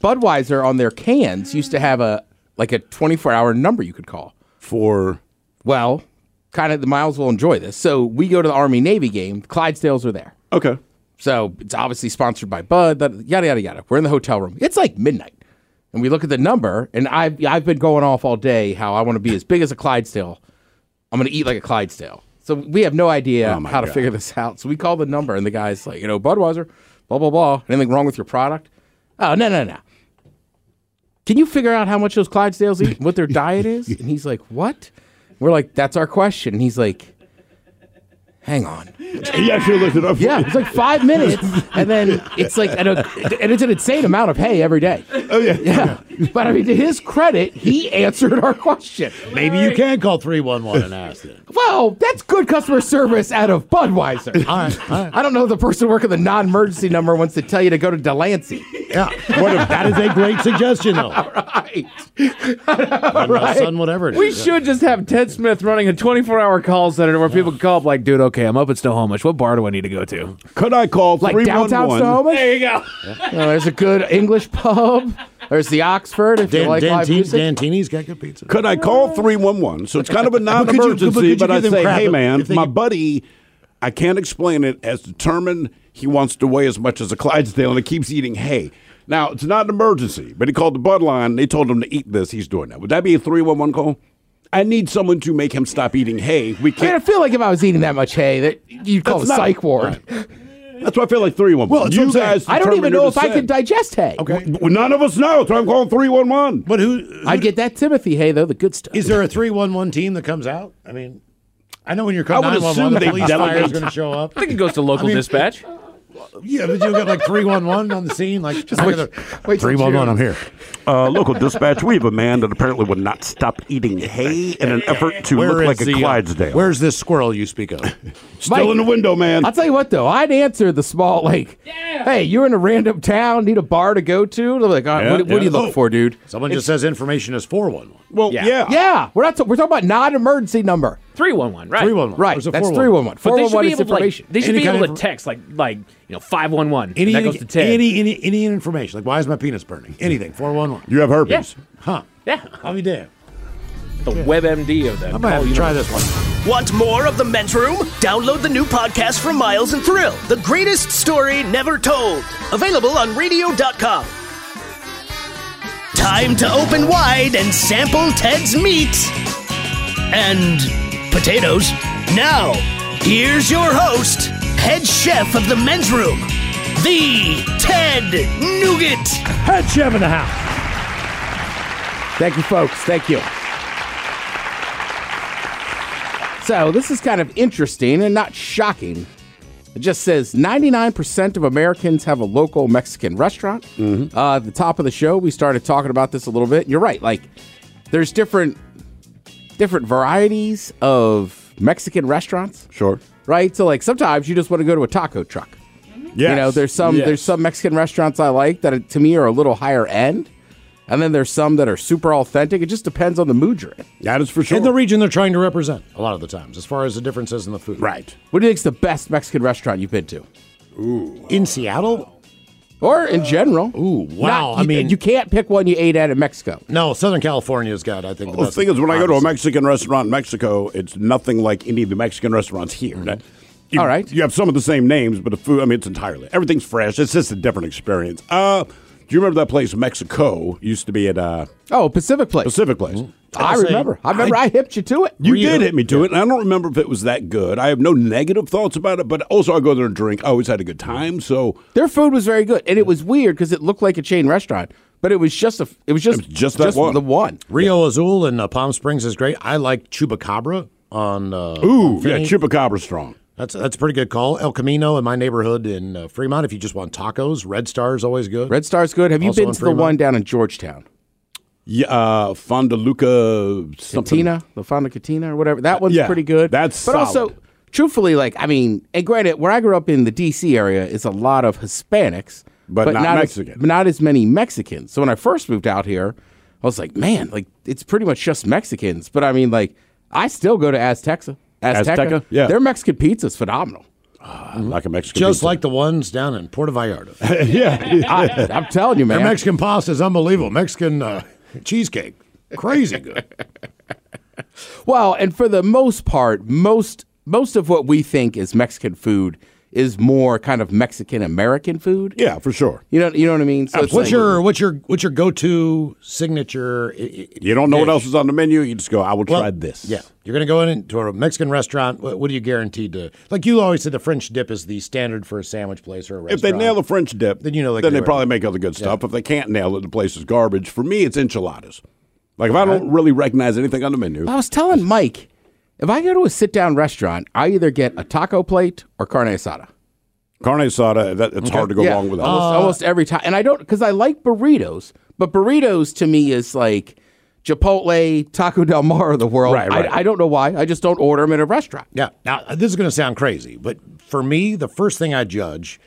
Speaker 6: Budweiser on their cans used to have a like a twenty four hour number you could call
Speaker 4: for.
Speaker 6: Well, kind of the Miles will enjoy this. So we go to the Army Navy game. Clydesdales are there.
Speaker 4: Okay.
Speaker 6: So it's obviously sponsored by Bud. that- Yada yada yada. We're in the hotel room. It's like midnight, and we look at the number. And I've I've been going off all day how I want to be as big as a Clydesdale. I'm going to eat like a Clydesdale. So we have no idea
Speaker 4: Oh
Speaker 6: how to figure this out. So we call the number, and the guy's like, you know, Budweiser, blah blah blah. Anything wrong with your product? Oh no no no. Can you figure out how much those Clydesdales eat, and what their diet is? And he's like, what? We're like, that's our question. And he's like, hang on.
Speaker 4: He actually looked it up.
Speaker 6: Yeah, it's like five minutes, and then it's like, an, and it's an insane amount of hay every day.
Speaker 4: Oh yeah,
Speaker 6: yeah. But I mean, to his credit, he answered our question.
Speaker 7: Maybe you can call 311 and ask them.
Speaker 6: Well, that's good customer service out of Budweiser. I don't know if the person working the non-emergency number wants to tell you to go to Delancey.
Speaker 7: Yeah, what if that is a great suggestion, though.
Speaker 6: right.
Speaker 7: my son, whatever it
Speaker 12: we
Speaker 7: is, yeah.
Speaker 12: should just have Ted Smith running a 24-hour call center where people can call up like, dude, okay, I'm up at Snohomish. What bar do I need to go to?
Speaker 4: Could I call
Speaker 6: Like downtown Snohomish? There
Speaker 12: you go.
Speaker 6: there's a good English pub. There's the Oxford if you
Speaker 7: Dan,
Speaker 6: like
Speaker 7: Dan,
Speaker 6: live
Speaker 7: Teen-
Speaker 6: music.
Speaker 7: Dan Teeney's got good pizza.
Speaker 4: Could I call 311? So it's kind of a
Speaker 7: But
Speaker 4: non
Speaker 7: could you- but could
Speaker 4: emergency,
Speaker 7: you
Speaker 4: but
Speaker 7: give
Speaker 4: I
Speaker 7: them
Speaker 4: say,
Speaker 7: crap
Speaker 4: hey,
Speaker 7: if-
Speaker 4: man,
Speaker 7: if they
Speaker 4: my
Speaker 7: get-
Speaker 4: buddy, I can't explain it, has determined he wants to weigh as much as a Clydesdale and he keeps eating hay. Now, it's not an emergency, but he called the Bud Line. They told him to eat this. He's doing that. Would that be a 311 call? I need someone to make him stop eating hay. We
Speaker 6: Man, I
Speaker 4: can't.
Speaker 6: feel like if I was eating that much hay, that you'd call
Speaker 4: That's
Speaker 6: it a
Speaker 4: not-
Speaker 6: psych ward.
Speaker 4: That's why I feel like 311.
Speaker 6: Well, that's
Speaker 4: you
Speaker 6: what I'm saying.
Speaker 4: guys.
Speaker 6: I don't even
Speaker 4: determine
Speaker 6: know
Speaker 4: who
Speaker 6: if
Speaker 4: to
Speaker 6: I can
Speaker 4: send.
Speaker 6: digest hay.
Speaker 4: Well, none of us know. That's why I'm calling 311.
Speaker 7: But who?
Speaker 6: I'd get that Timothy hay though, the good stuff.
Speaker 7: Is there a 311 team that comes out? I mean, I know when you're
Speaker 4: I
Speaker 7: calling
Speaker 4: would assume
Speaker 7: 911, the
Speaker 4: they
Speaker 7: police fire is
Speaker 4: delegate.
Speaker 7: going to show up.
Speaker 12: I think it goes to local
Speaker 7: I mean,
Speaker 12: dispatch.
Speaker 3: Yeah, but you got like three one one on the scene, like just
Speaker 4: wait till
Speaker 3: three one one.
Speaker 4: June.
Speaker 3: I'm here.
Speaker 4: Uh, local dispatch, we have a man that apparently would not stop eating hay in an effort to
Speaker 3: Where
Speaker 4: look
Speaker 3: is
Speaker 4: like
Speaker 3: the,
Speaker 4: a
Speaker 3: uh,
Speaker 4: Clydesdale.
Speaker 3: where's this squirrel you speak of?
Speaker 4: Still in the window, man.
Speaker 6: I'll tell you what, though. I'd answer the small, like, hey, you're in a random town, need a bar to go to? They're like, all right, what, what do you look for? dude?
Speaker 3: Someone
Speaker 6: It's-
Speaker 3: just says information is four one one.
Speaker 4: Oh, Well,
Speaker 6: Yeah. Yeah. We're, not ta- we're talking about not emergency number.
Speaker 12: 311, right?
Speaker 3: 311.
Speaker 6: Right,
Speaker 3: Or is it
Speaker 6: that's 311.
Speaker 3: 411?
Speaker 12: But they should
Speaker 6: 411
Speaker 12: be
Speaker 6: is
Speaker 12: able to, like,
Speaker 6: information.
Speaker 12: they should
Speaker 3: Any
Speaker 12: be
Speaker 3: kind
Speaker 12: able
Speaker 3: of
Speaker 12: to text like like you know five one one.
Speaker 3: Any,
Speaker 12: That goes to Ted.
Speaker 3: any any any information like why is my penis burning? Anything four one one.
Speaker 4: Hmm. You have herpes.
Speaker 3: Huh?
Speaker 12: Yeah.
Speaker 3: I'll be damned.
Speaker 12: The WebMD of that.
Speaker 3: I might
Speaker 6: Oh,
Speaker 3: have
Speaker 12: call
Speaker 3: to try
Speaker 12: universe.
Speaker 3: this one.
Speaker 8: Want more of The Men's Room? Download the new podcast from Miles and Thrill, The Greatest Story Never Told. Available on radio.com. Time to open wide and sample Ted's meat and potatoes. Now, here's your host, head chef of The Men's Room, the Ted Nugent.
Speaker 3: Head chef in the house.
Speaker 6: Thank you, folks. Thank you. So, this is kind of interesting and not shocking. It just says 99% of Americans have a local Mexican restaurant.
Speaker 4: Mm-hmm.
Speaker 6: Uh, at the top of the show, we started talking about this a little bit. You're right. Like, there's different different varieties of Mexican restaurants.
Speaker 4: Sure.
Speaker 6: Right? So, like, sometimes you just want to go to a taco truck. You
Speaker 4: Yes.
Speaker 6: know, there's some
Speaker 4: Yes.
Speaker 6: there's some Mexican restaurants I like that uh, to me are a little higher end, and then there's some that are super authentic. It just depends on the mood you're in.
Speaker 4: That is for
Speaker 3: In the region they're trying to represent a lot of the times, as far as the differences in the food.
Speaker 4: Right.
Speaker 6: What do you think's the best Mexican restaurant you've been to?
Speaker 3: Ooh. In Seattle?
Speaker 6: Or in general?
Speaker 3: Ooh, wow.
Speaker 6: Not-
Speaker 3: I
Speaker 6: you-
Speaker 3: mean,
Speaker 6: you can't pick one you ate at in Mexico.
Speaker 3: No, Southern California's got, I think.
Speaker 4: Well, the Oh, thing is, when I go to a Mexican restaurant in Mexico, it's nothing like any of the Mexican restaurants here. That- Mm-hmm. you, All right. You have some of the same names, but the food, I mean, it's entirely, everything's fresh. It's just a different experience. Uh, do you remember that place, Mexico, used to be at uh,
Speaker 6: Oh, Pacific Place.
Speaker 4: Pacific Place? Mm-hmm.
Speaker 6: I remember. I remember I, hipped you to it.
Speaker 4: You did hit me to it, and I don't remember if it was that good. I have no negative thoughts about it, but also I go there and drink. I always had a good time, so
Speaker 6: Their food was very good, and it was weird because it looked like a chain restaurant, but it was just a it was just
Speaker 3: just
Speaker 4: that one.
Speaker 6: the one.
Speaker 3: Rio Azul in uh, Palm Springs is great. I like Chupacabra on. Uh,
Speaker 4: Ooh, yeah,
Speaker 3: Chupacabra
Speaker 4: strong.
Speaker 3: That's that's a pretty good call. El Camino in my neighborhood in uh, Fremont. If you just want tacos, Red Star is always good.
Speaker 6: Red Star's good. Have you
Speaker 3: Also
Speaker 6: been
Speaker 3: in
Speaker 6: to the
Speaker 3: Fremont.
Speaker 6: one down in Georgetown?
Speaker 4: yeah, uh, Fonda Luca something.
Speaker 6: Catina, the Fonda Catina or whatever. That one's
Speaker 4: yeah,
Speaker 6: pretty good.
Speaker 4: that's
Speaker 6: but also,
Speaker 4: solid.
Speaker 6: truthfully, like I mean, and granted, where I grew up in the D.C. area is a lot of Hispanics,
Speaker 4: But not
Speaker 6: As,
Speaker 4: Mexican.
Speaker 6: but not as many Mexicans. So when I first moved out here, I was like, man, like it's pretty much just Mexicans. But I mean, like I still go to Azteca. Azteca,
Speaker 4: Azteca? Yeah. Ah,
Speaker 6: their Mexican pizza is phenomenal.
Speaker 4: like a Mexican.
Speaker 3: Just like the ones down in Puerto Vallarta.
Speaker 4: yeah,
Speaker 6: I, I'm telling you, man.
Speaker 3: Their Mexican pasta is unbelievable. Mexican uh, cheesecake, crazy good.
Speaker 6: Well, and for the most part, most most of what we think is Mexican food is more kind of Mexican American food.
Speaker 4: Yeah, for sure.
Speaker 6: You know, you know what I mean. it's
Speaker 3: Uh, what's
Speaker 6: like-
Speaker 3: your what's your what's your go to signature? i- i-
Speaker 4: You don't know what
Speaker 3: dish?
Speaker 4: else is on the menu. You just go. I will
Speaker 3: Well,
Speaker 4: try this.
Speaker 3: Yeah, you're gonna go in into a Mexican restaurant. What, what are you guaranteed to? Like you always said, the French dip is the standard for a sandwich place or a
Speaker 4: If
Speaker 3: restaurant.
Speaker 4: they nail the French dip, then
Speaker 3: you know they
Speaker 4: then
Speaker 3: can
Speaker 4: they
Speaker 3: do it.
Speaker 4: probably make other good stuff. If they can't nail it, the place is garbage. For me, it's enchiladas. Like if I don't really recognize anything on the menu,
Speaker 6: I was telling Mike, if I go to a sit down restaurant, I either get a taco plate or carne asada.
Speaker 4: carne asada, that, it's hard to go
Speaker 6: Yeah,
Speaker 4: wrong with that.
Speaker 6: almost,
Speaker 3: Uh,
Speaker 6: almost every time. And I don't because I like burritos, but burritos to me is like Chipotle, Taco Del Mar of the world.
Speaker 3: Right, right.
Speaker 6: I, I don't know why. I just don't order them in a restaurant.
Speaker 3: Yeah. Now this is gonna sound crazy, but for me, the first thing I judge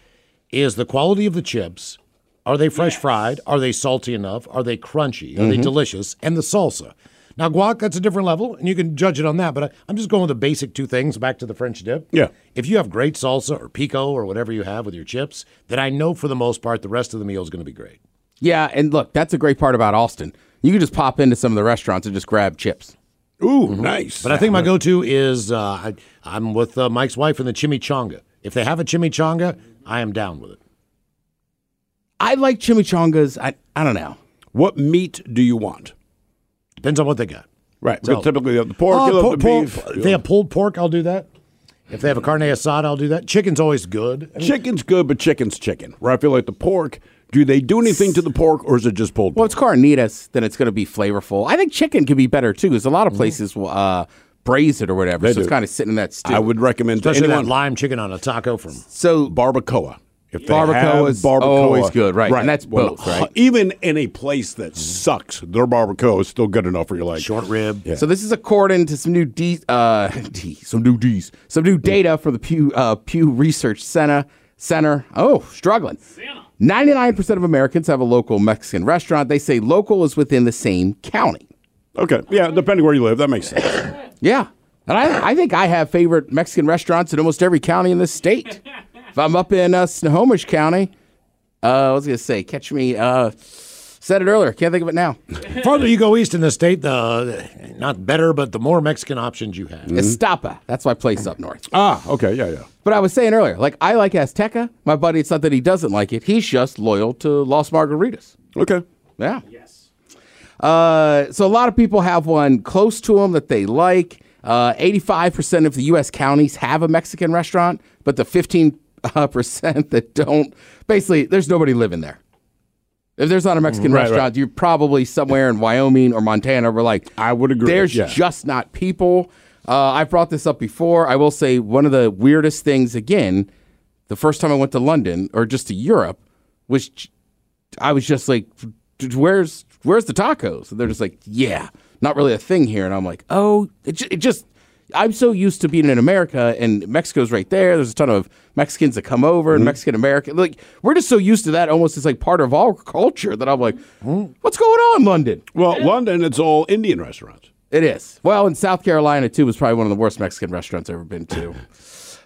Speaker 3: is the quality of the chips. Are they fresh fried? Are they salty enough? Are they crunchy? Are they
Speaker 4: Mhm.
Speaker 3: delicious? And the salsa. Now guac, that's a different level, and you can judge it on that. But I, I'm just going with the basic two things. Back to the French dip.
Speaker 4: Yeah.
Speaker 3: If you have great salsa or pico or whatever you have with your chips, then I know for the most part the rest of the meal is going to be great.
Speaker 6: Yeah, and look, that's a great part about Austin. You can just pop into some of the restaurants and just grab chips. Mm-hmm.
Speaker 4: Ooh, nice.
Speaker 3: Mm-hmm. But I think my go-to is uh, I, I'm with uh, Mike's wife in the chimichanga. If they have a chimichanga, I am down with it.
Speaker 6: I like chimichangas. I I don't know.
Speaker 4: What meat do you want?
Speaker 3: Depends on what they got.
Speaker 4: Right.
Speaker 3: So-
Speaker 4: So, typically, the pork,
Speaker 3: Oh,
Speaker 4: you love
Speaker 3: por-
Speaker 4: the
Speaker 3: por-
Speaker 4: beef.
Speaker 3: If they have pulled pork, I'll do that. If they have a carne asada, I'll do that. Chicken's always good. I mean,
Speaker 4: Chicken's good, but chicken's chicken. Where I feel like the pork, do they do anything to the pork, or is it just pulled?
Speaker 6: Well, it's carnitas, then it's going to be flavorful. I think chicken could be better too, because a lot of places will uh, braise it or whatever,
Speaker 4: Mm-hmm. They
Speaker 6: so it's
Speaker 4: do.
Speaker 6: kind of sitting in that stew.
Speaker 4: I would recommend to
Speaker 3: especially
Speaker 4: anyone
Speaker 3: that lime chicken on a taco from
Speaker 6: so
Speaker 4: barbacoa. If they
Speaker 6: Barbacoa
Speaker 4: have
Speaker 6: is
Speaker 4: barbacoa,
Speaker 6: always good, right, and that's both, right?
Speaker 4: Even in a place that sucks, their barbacoa is still good enough for your like
Speaker 7: short rib.
Speaker 6: So this is according to some new D, uh, D, some new D's, some new data for the Pew uh, Pew Research Center. Center. Oh, struggling. Ninety-nine percent of Americans have a local Mexican restaurant. They say local is within the same county.
Speaker 4: Okay. Yeah, depending where you live, that makes sense.
Speaker 6: yeah, and I, I think I have favorite Mexican restaurants in almost every county in this state. if I'm up in uh, Snohomish County, uh, I was gonna say, catch me. Uh, said it earlier. Can't think of it now.
Speaker 7: Farther you go east in the state, the not better, but the more Mexican options you have.
Speaker 6: Estapa. That's my place up north.
Speaker 4: Ah, okay, yeah, yeah.
Speaker 6: But I was saying earlier, like I like Azteca. My buddy, it's not that he doesn't like it. He's just loyal to Los Margaritas.
Speaker 4: Okay.
Speaker 6: Yeah. Yes. Uh, so a lot of people have one close to them that they like. Uh, 85% of the U.S. counties have a Mexican restaurant, but the 15% uh, percent that don't, basically, there's nobody living there. If there's not a Mexican
Speaker 4: Mm, Right, right.
Speaker 6: restaurant, you're probably somewhere in Wyoming or Montana. We're like,
Speaker 4: I would agree.
Speaker 6: There's
Speaker 4: yeah.
Speaker 6: just not people. Uh, I've brought this up before. I will say one of the weirdest things again. The first time I went to London or just to Europe was, j- I was just like, "Where's where's the tacos?" And they're just like, "Yeah, not really a thing here." And I'm like, "Oh, it, ju- it just." I'm so used to being in America, and Mexico's right there. There's a ton of Mexicans that come over, and Mexican American. Like we're just so used to that, almost it's like part of our culture that I'm like, "What's going on, London?"
Speaker 4: Well, London, it's all Indian restaurants.
Speaker 6: It is. Well, in South Carolina too was probably one of the worst Mexican restaurants I've ever been to.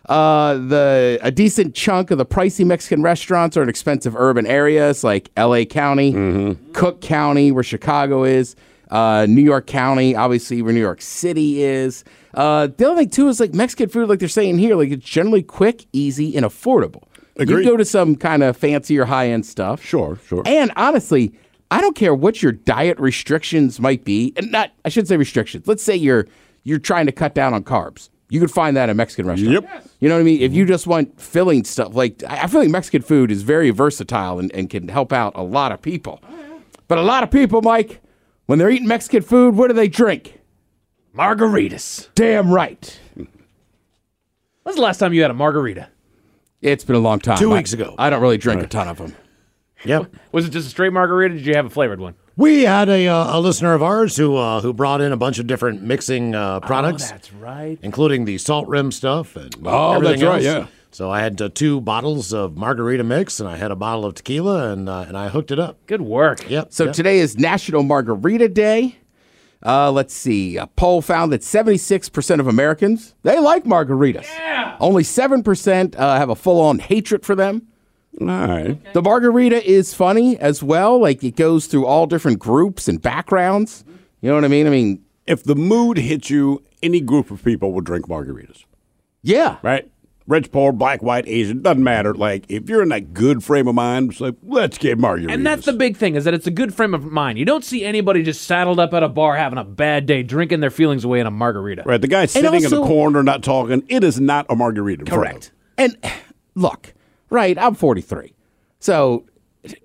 Speaker 6: Uh, the a decent chunk of the pricey Mexican restaurants are in expensive urban areas like L.A. County,
Speaker 4: Mm-hmm.
Speaker 6: Cook County, where Chicago is, uh, New York County, obviously where New York City is. Uh, the other thing too is like Mexican food, like they're saying here, like it's generally quick, easy, and affordable.
Speaker 4: Agreed.
Speaker 6: You go to some kind of fancier high end stuff.
Speaker 4: Sure, sure.
Speaker 6: And honestly, I don't care what your diet restrictions might be, and not I should say restrictions. Let's say you're you're trying to cut down on carbs. You could find that at Mexican restaurants. Yep. You know what I mean? If you just want filling stuff, like I I feel like Mexican food is very versatile and, and can help out a lot of people. But a lot of people, Mike, when they're eating Mexican food, what do they drink?
Speaker 12: Margaritas.
Speaker 6: Damn right.
Speaker 12: When's the last time you had a margarita?
Speaker 6: It's been a long time.
Speaker 12: Two
Speaker 6: I-
Speaker 12: weeks ago.
Speaker 6: I don't really drink a ton of them.
Speaker 7: Yep.
Speaker 12: Was it just a straight margarita? Or did you have a flavored one?
Speaker 7: We had a, uh, a listener of ours who uh, who brought in a bunch of different mixing uh, products.
Speaker 12: that's right.
Speaker 7: Including the salt rim stuff and
Speaker 4: Oh,
Speaker 7: everything
Speaker 4: that's
Speaker 7: else.
Speaker 4: right, yeah.
Speaker 7: So I had uh, two bottles of margarita mix and I had a bottle of tequila and uh, and I hooked it up.
Speaker 12: Good work.
Speaker 7: Yep.
Speaker 6: So
Speaker 7: yep.
Speaker 6: today is National Margarita Day. Uh, let's see. A poll found that 76% of Americans they like margaritas. Only 7% uh, have a full-on hatred for them.
Speaker 4: All right.
Speaker 6: The margarita is funny as well. Like it goes through all different groups and backgrounds. You know what I mean? I mean,
Speaker 4: If the mood hits you, any group of people will drink margaritas.
Speaker 6: yeah.
Speaker 4: Right? Rich, poor, black, white, Asian, doesn't matter. Like, if you're in that good frame of mind, it's like, let's get margaritas.
Speaker 12: And that's the big thing is that it's a good frame of mind. You don't see anybody just saddled up at a bar having a bad day, drinking their feelings away in a margarita.
Speaker 4: right. The guy sitting in the
Speaker 6: also-
Speaker 4: corner, not talking, it is not a margarita. in front of
Speaker 6: Correct. And look, right, I'm 43. So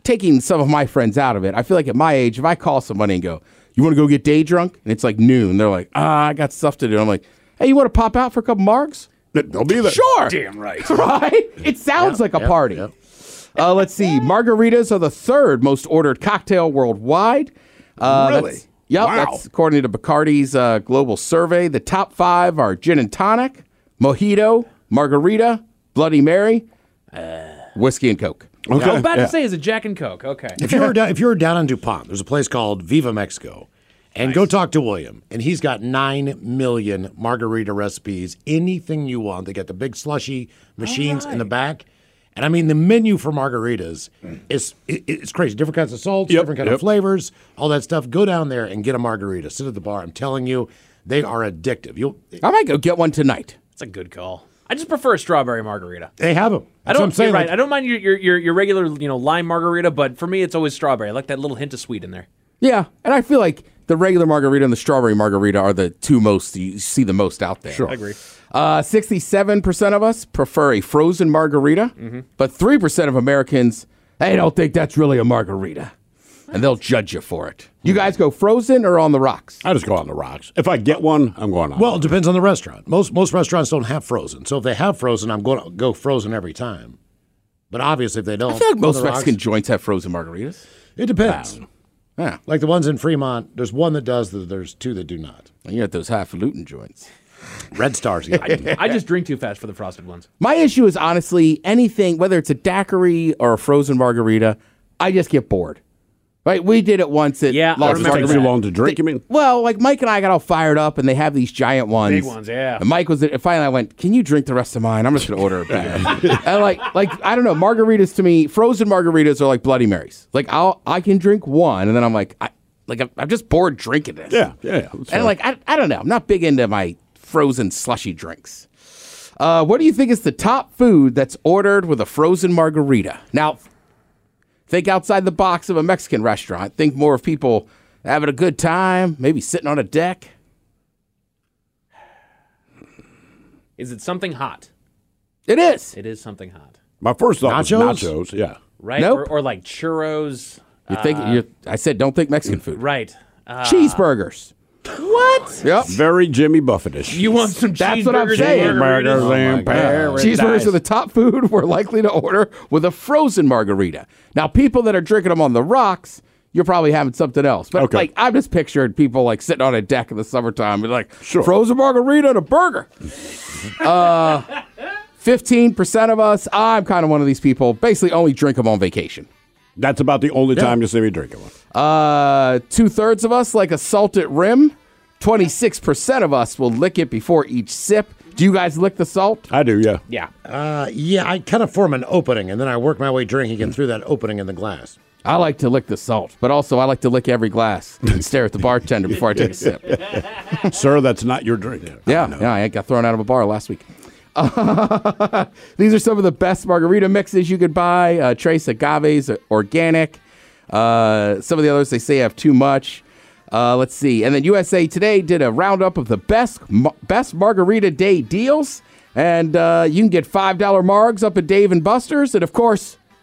Speaker 6: taking some of my friends out of it, I feel like at my age, if I call somebody and go, you want to go get day drunk? And it's like noon. They're like, ah, I got stuff to do. I'm like, hey, you want to pop out for a couple margs?
Speaker 4: them. They'll be there.
Speaker 6: Sure.
Speaker 12: Damn right.
Speaker 6: Right? It sounds like a party. Uh, let's see. Margaritas are the third most ordered cocktail worldwide. Uh,
Speaker 4: Really?
Speaker 6: that's- Yep,
Speaker 4: Wow.
Speaker 6: that's according to Bacardi's uh, global survey. The top five are gin and tonic, mojito, margarita, Bloody Mary,
Speaker 12: Uh.
Speaker 6: whiskey and Coke.
Speaker 4: Okay.
Speaker 12: I was about
Speaker 4: Yeah.
Speaker 12: to say is a Jack and Coke. Okay.
Speaker 7: if you were down, if you were down in Dupont, there's a place called Viva Mexico, and go talk to William, and he's got nine million margarita recipes. Anything you want, they got the big slushy machines in the back, and I mean the menu for margaritas is it, it's crazy. Different kinds of salts,
Speaker 4: Yep,
Speaker 7: different kind
Speaker 4: yep.
Speaker 7: of flavors, all that stuff. Go down there and get a margarita. Sit at the bar. I'm telling you, they are addictive. You will
Speaker 6: I might go get one tonight.
Speaker 12: That's a good call. I just prefer a strawberry margarita.
Speaker 7: they have them.
Speaker 12: I
Speaker 7: That's
Speaker 12: don't
Speaker 7: what I'm saying.
Speaker 12: you're right.
Speaker 7: like-
Speaker 12: I don't mind your, your your your regular, you know, lime margarita, but for me it's always strawberry. I like that little hint of sweet in there.
Speaker 6: Yeah, and I feel like the regular margarita and the strawberry margarita are the two most you see the most out there. Sure.
Speaker 12: I agree.
Speaker 6: Uh, 67% of us prefer a frozen margarita,
Speaker 4: Mm-hmm.
Speaker 6: but 3% of Americans, they don't think that's really a margarita. And they'll judge you for it. You guys go frozen or on the rocks?
Speaker 4: Mm. I just go on the rocks. If I get one, I'm going on.
Speaker 7: Well, it depends on the restaurant. Most most restaurants don't have frozen. So if they have frozen, I'm going to go frozen every time. But obviously, if they don't,
Speaker 6: I feel like most
Speaker 7: on the rocks-
Speaker 6: Mexican joints have frozen margaritas.
Speaker 7: It depends.
Speaker 6: Yeah.
Speaker 7: Like the ones in Fremont, there's one that does, th- there's two that do not.
Speaker 6: You got those highfalutin joints.
Speaker 7: Red Stars.
Speaker 12: I, I just drink too fast for the frosted ones.
Speaker 6: My issue is honestly anything, whether it's a daiquiri or a frozen margarita, I just get bored. Right? We did it once at yeah,
Speaker 4: Or if it takes too long to drink. You mean?
Speaker 6: Well, like Mike and I got all fired up, and they have these giant ones.
Speaker 12: Big ones, yeah.
Speaker 6: And Mike was and finally. I went, "Can you drink the rest of mine? I'm just gonna order a bag." and like, like I don't know, margaritas to me, frozen margaritas are like Bloody Marys. Like I'll I can drink one, and then I'm like, I like I'm, I'm just bored drinking this.
Speaker 4: Yeah, yeah.
Speaker 6: And like I, I don't know, I'm not big into my frozen slushy drinks. Uh, what do you think is the top food that's ordered with a frozen margarita? Now, think outside the box of a Mexican restaurant. Think more of people having a good time, maybe sitting on a deck.
Speaker 12: Is it something hot?
Speaker 6: It is.
Speaker 12: It is something hot.
Speaker 4: My first thought was nachos. Yeah.
Speaker 12: Right?
Speaker 6: Nope.
Speaker 12: Or, or like churros.
Speaker 6: You think?
Speaker 12: uh,
Speaker 6: you I said, don't think Mexican food.
Speaker 12: Right. Uh,
Speaker 6: Cheeseburgers.
Speaker 12: What?
Speaker 6: Yep.
Speaker 4: Very Jimmy Buffettish.
Speaker 12: You want some
Speaker 6: That's what I'm
Speaker 12: cheeseburgers
Speaker 6: saying.
Speaker 12: and margaritas? Oh my God.
Speaker 6: Cheeseburgers are the top food we're likely to order with a frozen margarita. Now, people that are drinking them on the rocks, you're probably having something else. But like, I'm just picturing people like sitting on a deck in the summertime and like frozen margarita and a burger. uh, 15% of us, I'm kind of one of these people, basically only drink them on vacation.
Speaker 4: That's about the only time you see me drinking one.
Speaker 6: Uh, two thirds of us like a salted rim. Twenty six percent of us will lick it before each sip. Do you guys lick the salt?
Speaker 4: I do. Yeah.
Speaker 12: Yeah.
Speaker 7: Uh, yeah, I kind of form an opening, and then I work my way drinking
Speaker 4: Mm.
Speaker 7: and through that opening in the glass.
Speaker 6: I like to lick the salt, but also I like to lick every glass and stare at the bartender before I take a sip.
Speaker 4: Sir, that's not your drink.
Speaker 6: Yeah, yeah, I got thrown out of a bar last week. These are some of the best margarita mixes you could buy. Uh, Trace Agaves, uh, organic. Uh, some of the others they say have too much. Uh, let's see. And then USA Today did a roundup of the best ma- best margarita day deals. And uh, you can get $5 margs up at Dave and Buster's. And of course,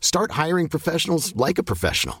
Speaker 17: Start hiring professionals like a professional.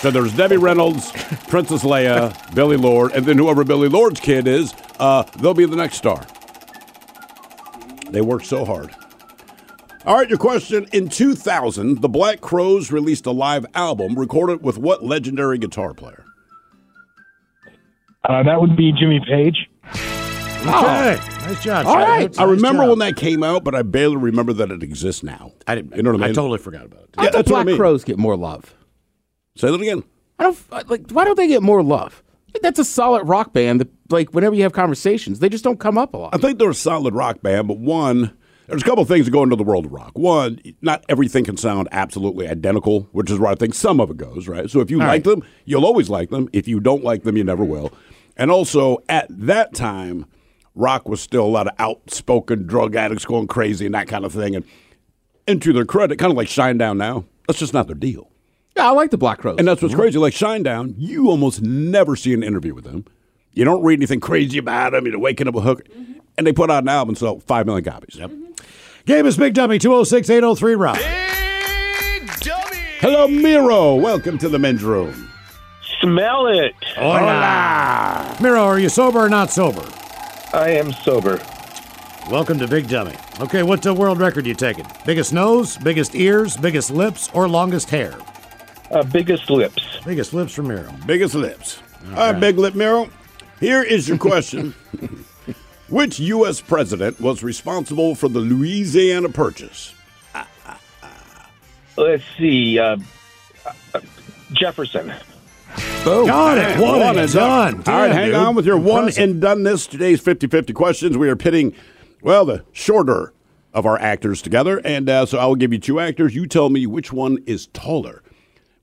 Speaker 4: So there's Debbie Reynolds, Princess Leia, Billy Lord, and then whoever Billy Lord's kid is, uh, they'll be the next star. They worked so hard. All right, your question. In 2000, the Black Crows released a live album recorded with what legendary guitar player?
Speaker 18: Uh, that would be Jimmy Page.
Speaker 3: Okay. Nice job.
Speaker 4: All
Speaker 3: Shaq.
Speaker 4: right.
Speaker 3: Nice
Speaker 4: I remember
Speaker 3: job.
Speaker 4: when that came out, but I barely remember that it exists now. I didn't. You know what I
Speaker 3: I
Speaker 4: mean?
Speaker 3: totally forgot about it.
Speaker 4: Yeah,
Speaker 6: Why do
Speaker 4: that's what I
Speaker 6: Black
Speaker 4: mean.
Speaker 6: Crows get more love?
Speaker 4: Say that again.
Speaker 6: I don't f- like. Why don't they get more love? That's a solid rock band. That, like whenever you have conversations, they just don't come up a lot.
Speaker 4: I think they're a solid rock band, but one, there's a couple of things that go into the world of rock. One, not everything can sound absolutely identical, which is where I think some of it goes, right? So if you
Speaker 19: All
Speaker 4: like them, you'll always like them. If you don't like them, you never will. And also, at that time, rock was still a lot of outspoken drug addicts going crazy and that kind of thing. And into their credit, kind of like Shine Down now, that's just not their deal.
Speaker 6: Yeah, I like the Black Mm-hmm. Crows.
Speaker 4: And that's what's crazy. Like Shinedown, you almost never see an interview with them. You don't read anything crazy about them. You're waking up a hooker.
Speaker 6: Mm-hmm.
Speaker 4: And they put out an album, so 5 million copies. Mm-hmm. Yep.
Speaker 3: Game is Big Dummy, 206 803 Rock.
Speaker 4: Hello, Miro. Welcome to the men's room. Ah,
Speaker 18: Smell it.
Speaker 3: Hola. Miro, are you sober or not sober?
Speaker 18: I am sober.
Speaker 3: Welcome to Big Dummy. Okay, what uh, world record you taking? Biggest nose, biggest ears, biggest lips, or longest hair?
Speaker 18: Uh, biggest lips.
Speaker 3: Biggest lips from Miro.
Speaker 4: Biggest lips. All right, Big Lip Miro. Here is your question Which U.S. president was responsible for the Louisiana Purchase?
Speaker 18: Let's see. Uh, uh, Jefferson.
Speaker 4: Boom.
Speaker 18: Got it. One and done.
Speaker 4: All right,
Speaker 18: Damn,
Speaker 4: hang
Speaker 18: dude.
Speaker 4: on with your one
Speaker 18: Impressive.
Speaker 4: and done this. Today's 50 50 questions. We are pitting, well, the shorter of our actors together. And uh, so I will give you two actors. You tell me which one is taller.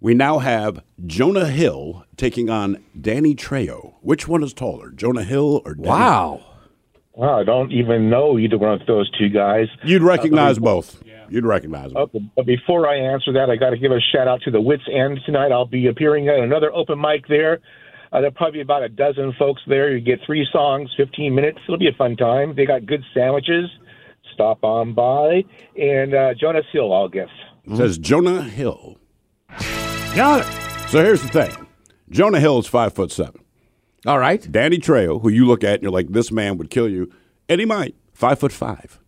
Speaker 4: We now have Jonah Hill taking on Danny Trejo. Which one is taller, Jonah Hill or Danny?
Speaker 18: Wow. Wow, I don't even know either one of those two guys. Uh,
Speaker 4: You'd recognize both. You'd recognize them.
Speaker 18: Okay, but before I answer that, I got to give a shout out to the Wits End tonight. I'll be appearing at another open mic there. Uh, there'll probably be about a dozen folks there. You get three songs, 15 minutes. It'll be a fun time. They got good sandwiches. Stop on by. And uh, Jonas Hill, I'll guess.
Speaker 4: It says Jonah Hill. Got it. So here's the thing. Jonah Hill is five foot seven.
Speaker 6: All right.
Speaker 4: Danny Trejo, who you look at and you're like, this man would kill you, and he might. Five foot five.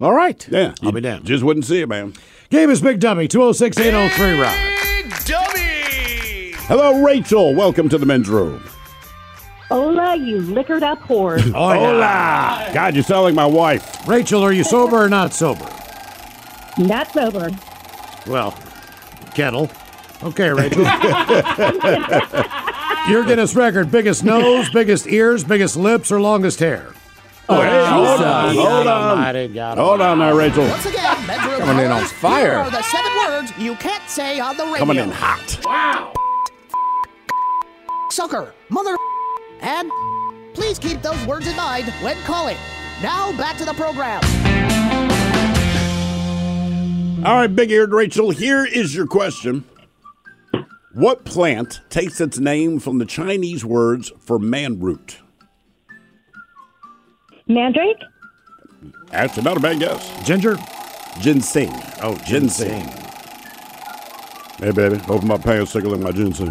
Speaker 6: All right.
Speaker 4: Yeah. I'll be damned. Just wouldn't see it, man.
Speaker 3: Game is Big Dummy, 206 803 Rock.
Speaker 4: Hello, Rachel. Welcome to the men's room.
Speaker 20: Ola, you liquored up whore.
Speaker 4: Hola. God, you sound like my wife.
Speaker 3: Rachel, are you sober or not sober?
Speaker 20: Not sober.
Speaker 3: Well, kettle. Okay, Rachel. Your Guinness record biggest nose, biggest ears, biggest lips, or longest hair?
Speaker 4: Oh, hey, hold on.
Speaker 3: Jesus.
Speaker 4: Hold
Speaker 3: Almighty
Speaker 4: on.
Speaker 3: God.
Speaker 4: Hold on now, Rachel.
Speaker 21: Once again, bedroom
Speaker 4: Coming in
Speaker 21: hot.
Speaker 4: on fire.
Speaker 21: Here are the seven words you can't say on the radio.
Speaker 4: Coming in hot.
Speaker 21: Wow. Sucker, mother, and please keep those words in mind when calling. Now back to the program.
Speaker 4: All right, big eared Rachel, here is your question. What plant takes its name from the Chinese words for man root?
Speaker 20: Mandrake?
Speaker 4: That's not a bad guess. Ginger? Ginseng. Oh, ginseng. Hey, baby, open my pants, take a look at my ginseng.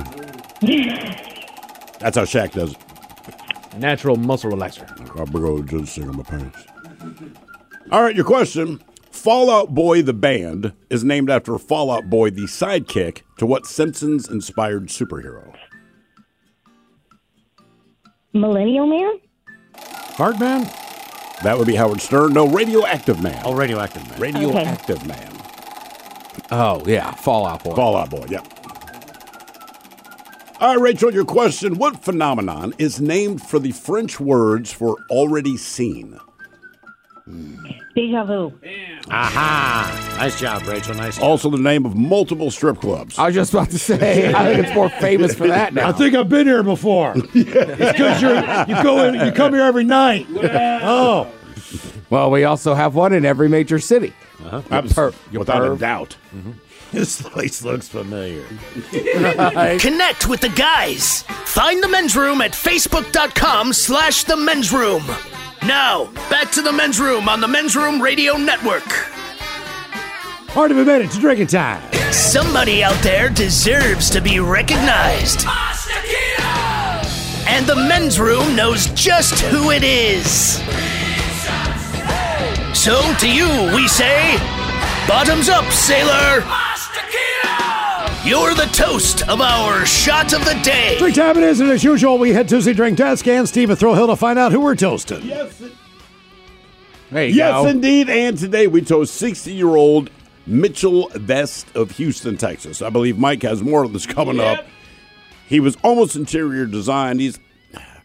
Speaker 4: That's how Shaq does it.
Speaker 12: Natural muscle relaxer.
Speaker 4: I big old ginseng on my pants. All right, your question. Fallout Boy the band is named after Fallout Boy the sidekick to what Simpsons inspired superhero?
Speaker 20: Millennial man?
Speaker 4: Hard Man? That would be Howard Stern. No, Radioactive Man. Oh, Radioactive Man. Radioactive Man.
Speaker 6: Oh yeah, Fallout Boy.
Speaker 4: Fallout Boy. Yeah. All right, Rachel, your question. What phenomenon is named for the French words for already seen?
Speaker 20: Deja vu.
Speaker 3: Aha. Nice job, Rachel. Nice.
Speaker 4: Also, the name of multiple strip clubs.
Speaker 6: I was just about to say. I think it's more famous for that now.
Speaker 3: I think I've been here before. It's because you you go in, you come here every night. Oh,
Speaker 6: Well, we also have one in every major city.
Speaker 3: Uh-huh.
Speaker 6: You
Speaker 3: Abs-
Speaker 6: perv- you
Speaker 3: without a
Speaker 6: perv.
Speaker 4: doubt.
Speaker 3: Mm-hmm. this place looks familiar.
Speaker 8: Connect with the guys. Find the men's room at facebook.com slash the men's room. Now, back to the men's room on the men's room radio network.
Speaker 3: Part of a minute to drinking time.
Speaker 8: Somebody out there deserves to be recognized. And the men's room knows just who it is. So to you, we say, bottoms up, sailor. You're the toast of our shot of the day.
Speaker 3: Drink time it is, and as usual, we hit Tuesday Drink Desk and Steve at Thrill Hill to find out who we're toasting.
Speaker 4: Yes,
Speaker 3: Hey,
Speaker 4: yes, indeed. And today we toast 60 year old Mitchell Vest of Houston, Texas. I believe Mike has more of this coming up. He was almost interior design. He's,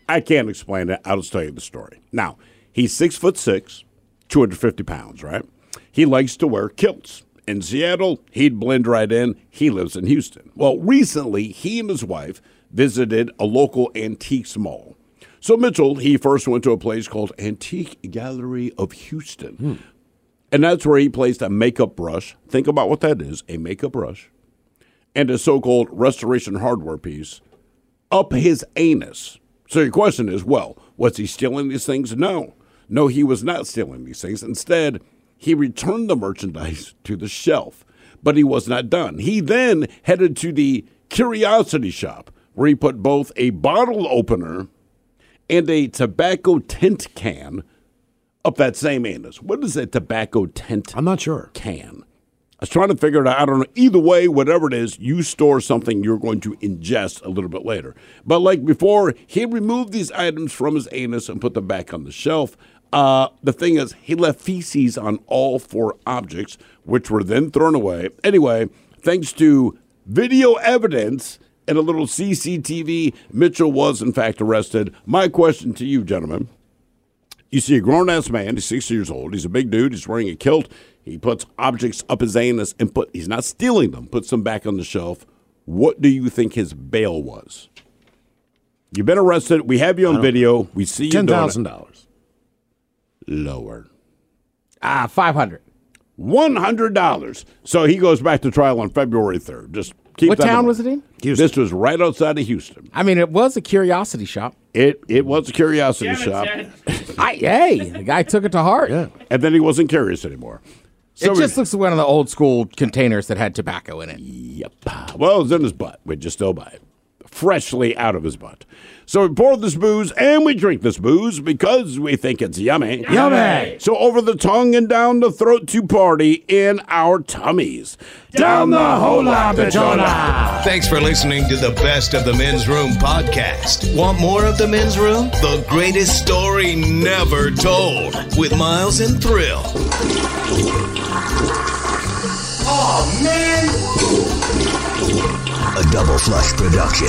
Speaker 4: I can't explain it. I'll just tell you the story. Now, he's six foot six, 250 pounds, right? He likes to wear kilts. In Seattle, he'd blend right in. He lives in Houston. Well, recently, he and his wife visited a local antiques mall. So Mitchell, he first went to a place called Antique Gallery of Houston. And that's where he placed a makeup brush. Think about what that is a makeup brush and a so called restoration hardware piece up his anus. So your question is well, was he stealing these things? No. No, he was not stealing these things. Instead, he returned the merchandise to the shelf, but he was not done. He then headed to the curiosity shop where he put both a bottle opener and a tobacco tint can up that same anus. What is a tobacco tint? I'm
Speaker 3: not sure.
Speaker 4: Can. I was trying to figure it out. I don't know. Either way, whatever it is, you store something you're going to ingest a little bit later. But like before, he removed these items from his anus and put them back on the shelf. Uh, the thing is, he left feces on all four objects, which were then thrown away. Anyway, thanks to video evidence and a little CCTV, Mitchell was in fact arrested. My question to you, gentlemen. You see a grown ass man, he's 60 years old. He's a big dude. He's wearing a kilt. He puts objects up his anus and put, he's not stealing them, puts them back on the shelf. What do you think his bail was? You've been arrested. We have you on video. We see you doing it.
Speaker 3: $10,000.
Speaker 4: Lower. Ah, $500. $100. So he goes back to trial on February 3rd. Just keep
Speaker 6: What
Speaker 4: that
Speaker 6: town
Speaker 4: in
Speaker 6: was
Speaker 4: mind.
Speaker 6: it in?
Speaker 4: This was right outside of Houston.
Speaker 6: I mean, it was a curiosity shop.
Speaker 4: It it was a curiosity shop. I, hey, the guy took it to heart. Yeah. And then he wasn't curious anymore.
Speaker 6: it just looks like one of the old school containers that had tobacco in it.
Speaker 4: Yep. Well, it was in his butt. We just still buy it. Freshly out of his butt. So we pour this booze and we drink this booze because we think it's yummy.
Speaker 13: Yummy.
Speaker 4: So over the tongue and down the throat to party in our tummies. Down the hola, bitchola.
Speaker 2: Thanks for listening to the Best of the Men's Room podcast. Want more of the Men's Room? The greatest story never told with Miles and Thrill.
Speaker 13: Oh, man.
Speaker 2: A double flush production.